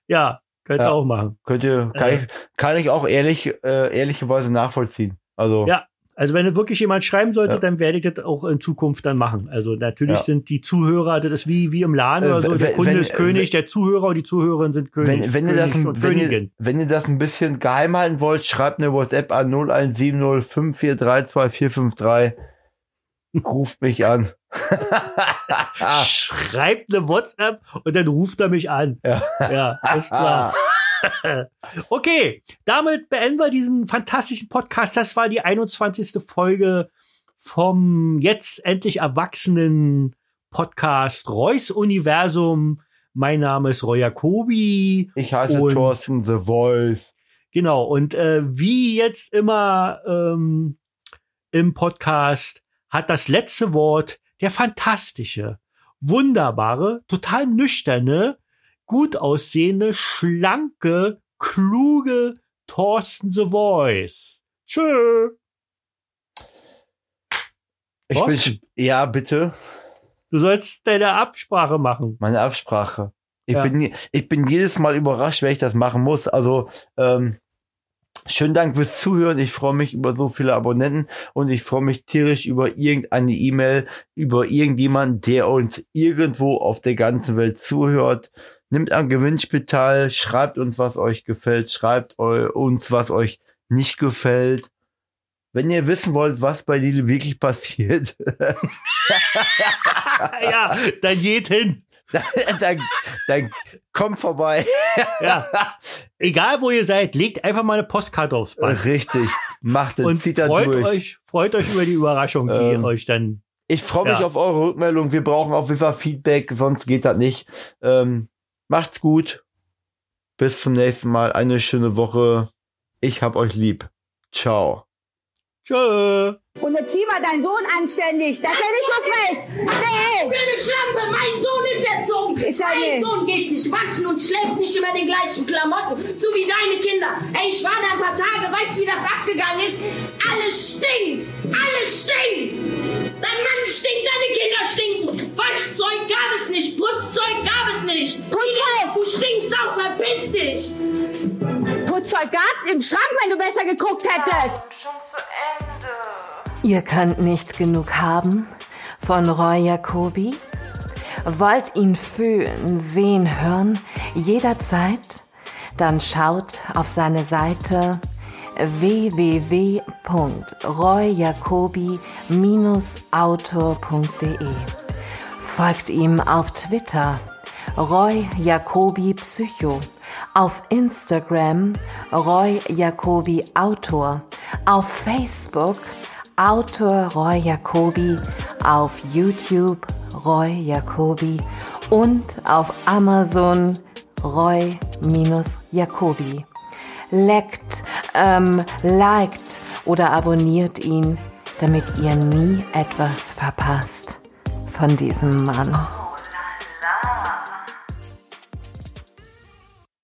A: Ja, könnt ihr
B: Ja.
A: auch machen.
B: Könnt ihr, kann,
A: Äh.
B: ich, kann ich auch ehrlich, äh, ehrlicherweise nachvollziehen. Also,
A: Ja. Also wenn wirklich jemand schreiben sollte,
B: Ja.
A: dann werde ich das auch in Zukunft dann machen. Also natürlich
B: Ja.
A: sind die Zuhörer, das ist wie, wie im Laden
B: Äh,
A: oder so,
B: wenn-
A: der Kunde
B: wenn-
A: ist König, der Zuhörer und die Zuhörerin sind König.
B: wenn, wenn, ihr
A: König
B: das, ein-
A: und
B: wenn, ihr,
A: Königin.
B: wenn ihr das ein bisschen geheim halten wollt, schreibt eine WhatsApp an 017054325453. Ruft mich an. Ah.
A: Schreibt eine WhatsApp und dann ruft er mich an.
B: Ja.
A: Ja, ist klar.
B: Ah,
A: Okay, damit beenden wir diesen fantastischen Podcast. Das war die 21. Folge vom jetzt endlich erwachsenen Podcast Reus Universum. Mein Name ist Roy Jacobi.
B: Ich heiße
A: Und-
B: Thorsten The Voice.
A: Genau, und äh, wie jetzt immer ähm, im Podcast hat das letzte Wort der fantastische, wunderbare, total nüchterne, gut aussehende, schlanke, kluge Thorsten The Voice. Tschö.
B: Ich
A: Was?
B: bin, ja, bitte.
A: Du sollst deine Absprache machen.
B: Meine Absprache. Ich,
A: Ja.
B: bin, je- ich bin jedes Mal überrascht, wenn ich das machen muss. Also, ähm, schönen Dank fürs Zuhören. Ich freue mich über so viele Abonnenten und ich freue mich tierisch über irgendeine E-Mail, über irgendjemanden, der uns irgendwo auf der ganzen Welt zuhört. Nimmt am Gewinnspiel teil, schreibt uns, was euch gefällt, schreibt eu uns, was euch nicht gefällt. Wenn ihr wissen wollt, was bei Lidl wirklich passiert,
A: Ah, ja, dann geht hin.
B: dann, dann kommt vorbei.
A: Ja. Egal wo ihr seid, legt einfach mal eine Postkarte aufs Band.
B: Richtig. Macht es.
A: Und
B: Äh, Zieht da
A: freut
B: durch.
A: euch, freut euch über die Überraschung, die
B: Ähm.
A: euch dann.
B: Ich freue mich
A: Ja.
B: auf eure Rückmeldung. Wir brauchen auf jeden Fall Feedback, sonst geht das nicht. Ähm, macht's gut. Bis zum nächsten Mal. Eine schöne Woche. Ich hab euch lieb. Ciao.
A: Tschö.
E: Und jetzt zieh mal deinen Sohn anständig. Das ist ja nicht so frech. Nee.
F: Blöde Schlampe, mein Sohn ist erzogen.
E: Ist er
F: mein
E: nicht.
F: Sohn geht sich waschen und schläft nicht über den gleichen Klamotten, so wie deine Kinder. Ey, ich war da ein paar Tage, weißt du, wie das abgegangen ist? Alles stinkt, alles stinkt. Dein Mann stinkt, deine Kinder stinken. Waschzeug gab es nicht, Putzzeug gab es nicht. Putzzeug, du stinkst auch, verpiss dich.
E: Putzzeug gab's im Schrank, wenn du besser geguckt hättest.
D: Schon zu Ende.
C: Ihr könnt nicht genug haben von Roy Jacobi? Wollt ihn fühlen, sehen, hören, jederzeit? Dann schaut auf seine Seite www.royjacobi-autor.de. Folgt ihm auf Twitter Roy Jacobi Psycho, auf Instagram Roy Jacobi Autor, auf Facebook Autor Roy Jacobi, auf YouTube Roy Jacobi und auf Amazon Roy-Jacobi. Leckt, ähm, liked oder abonniert ihn, damit ihr nie etwas verpasst von diesem Mann.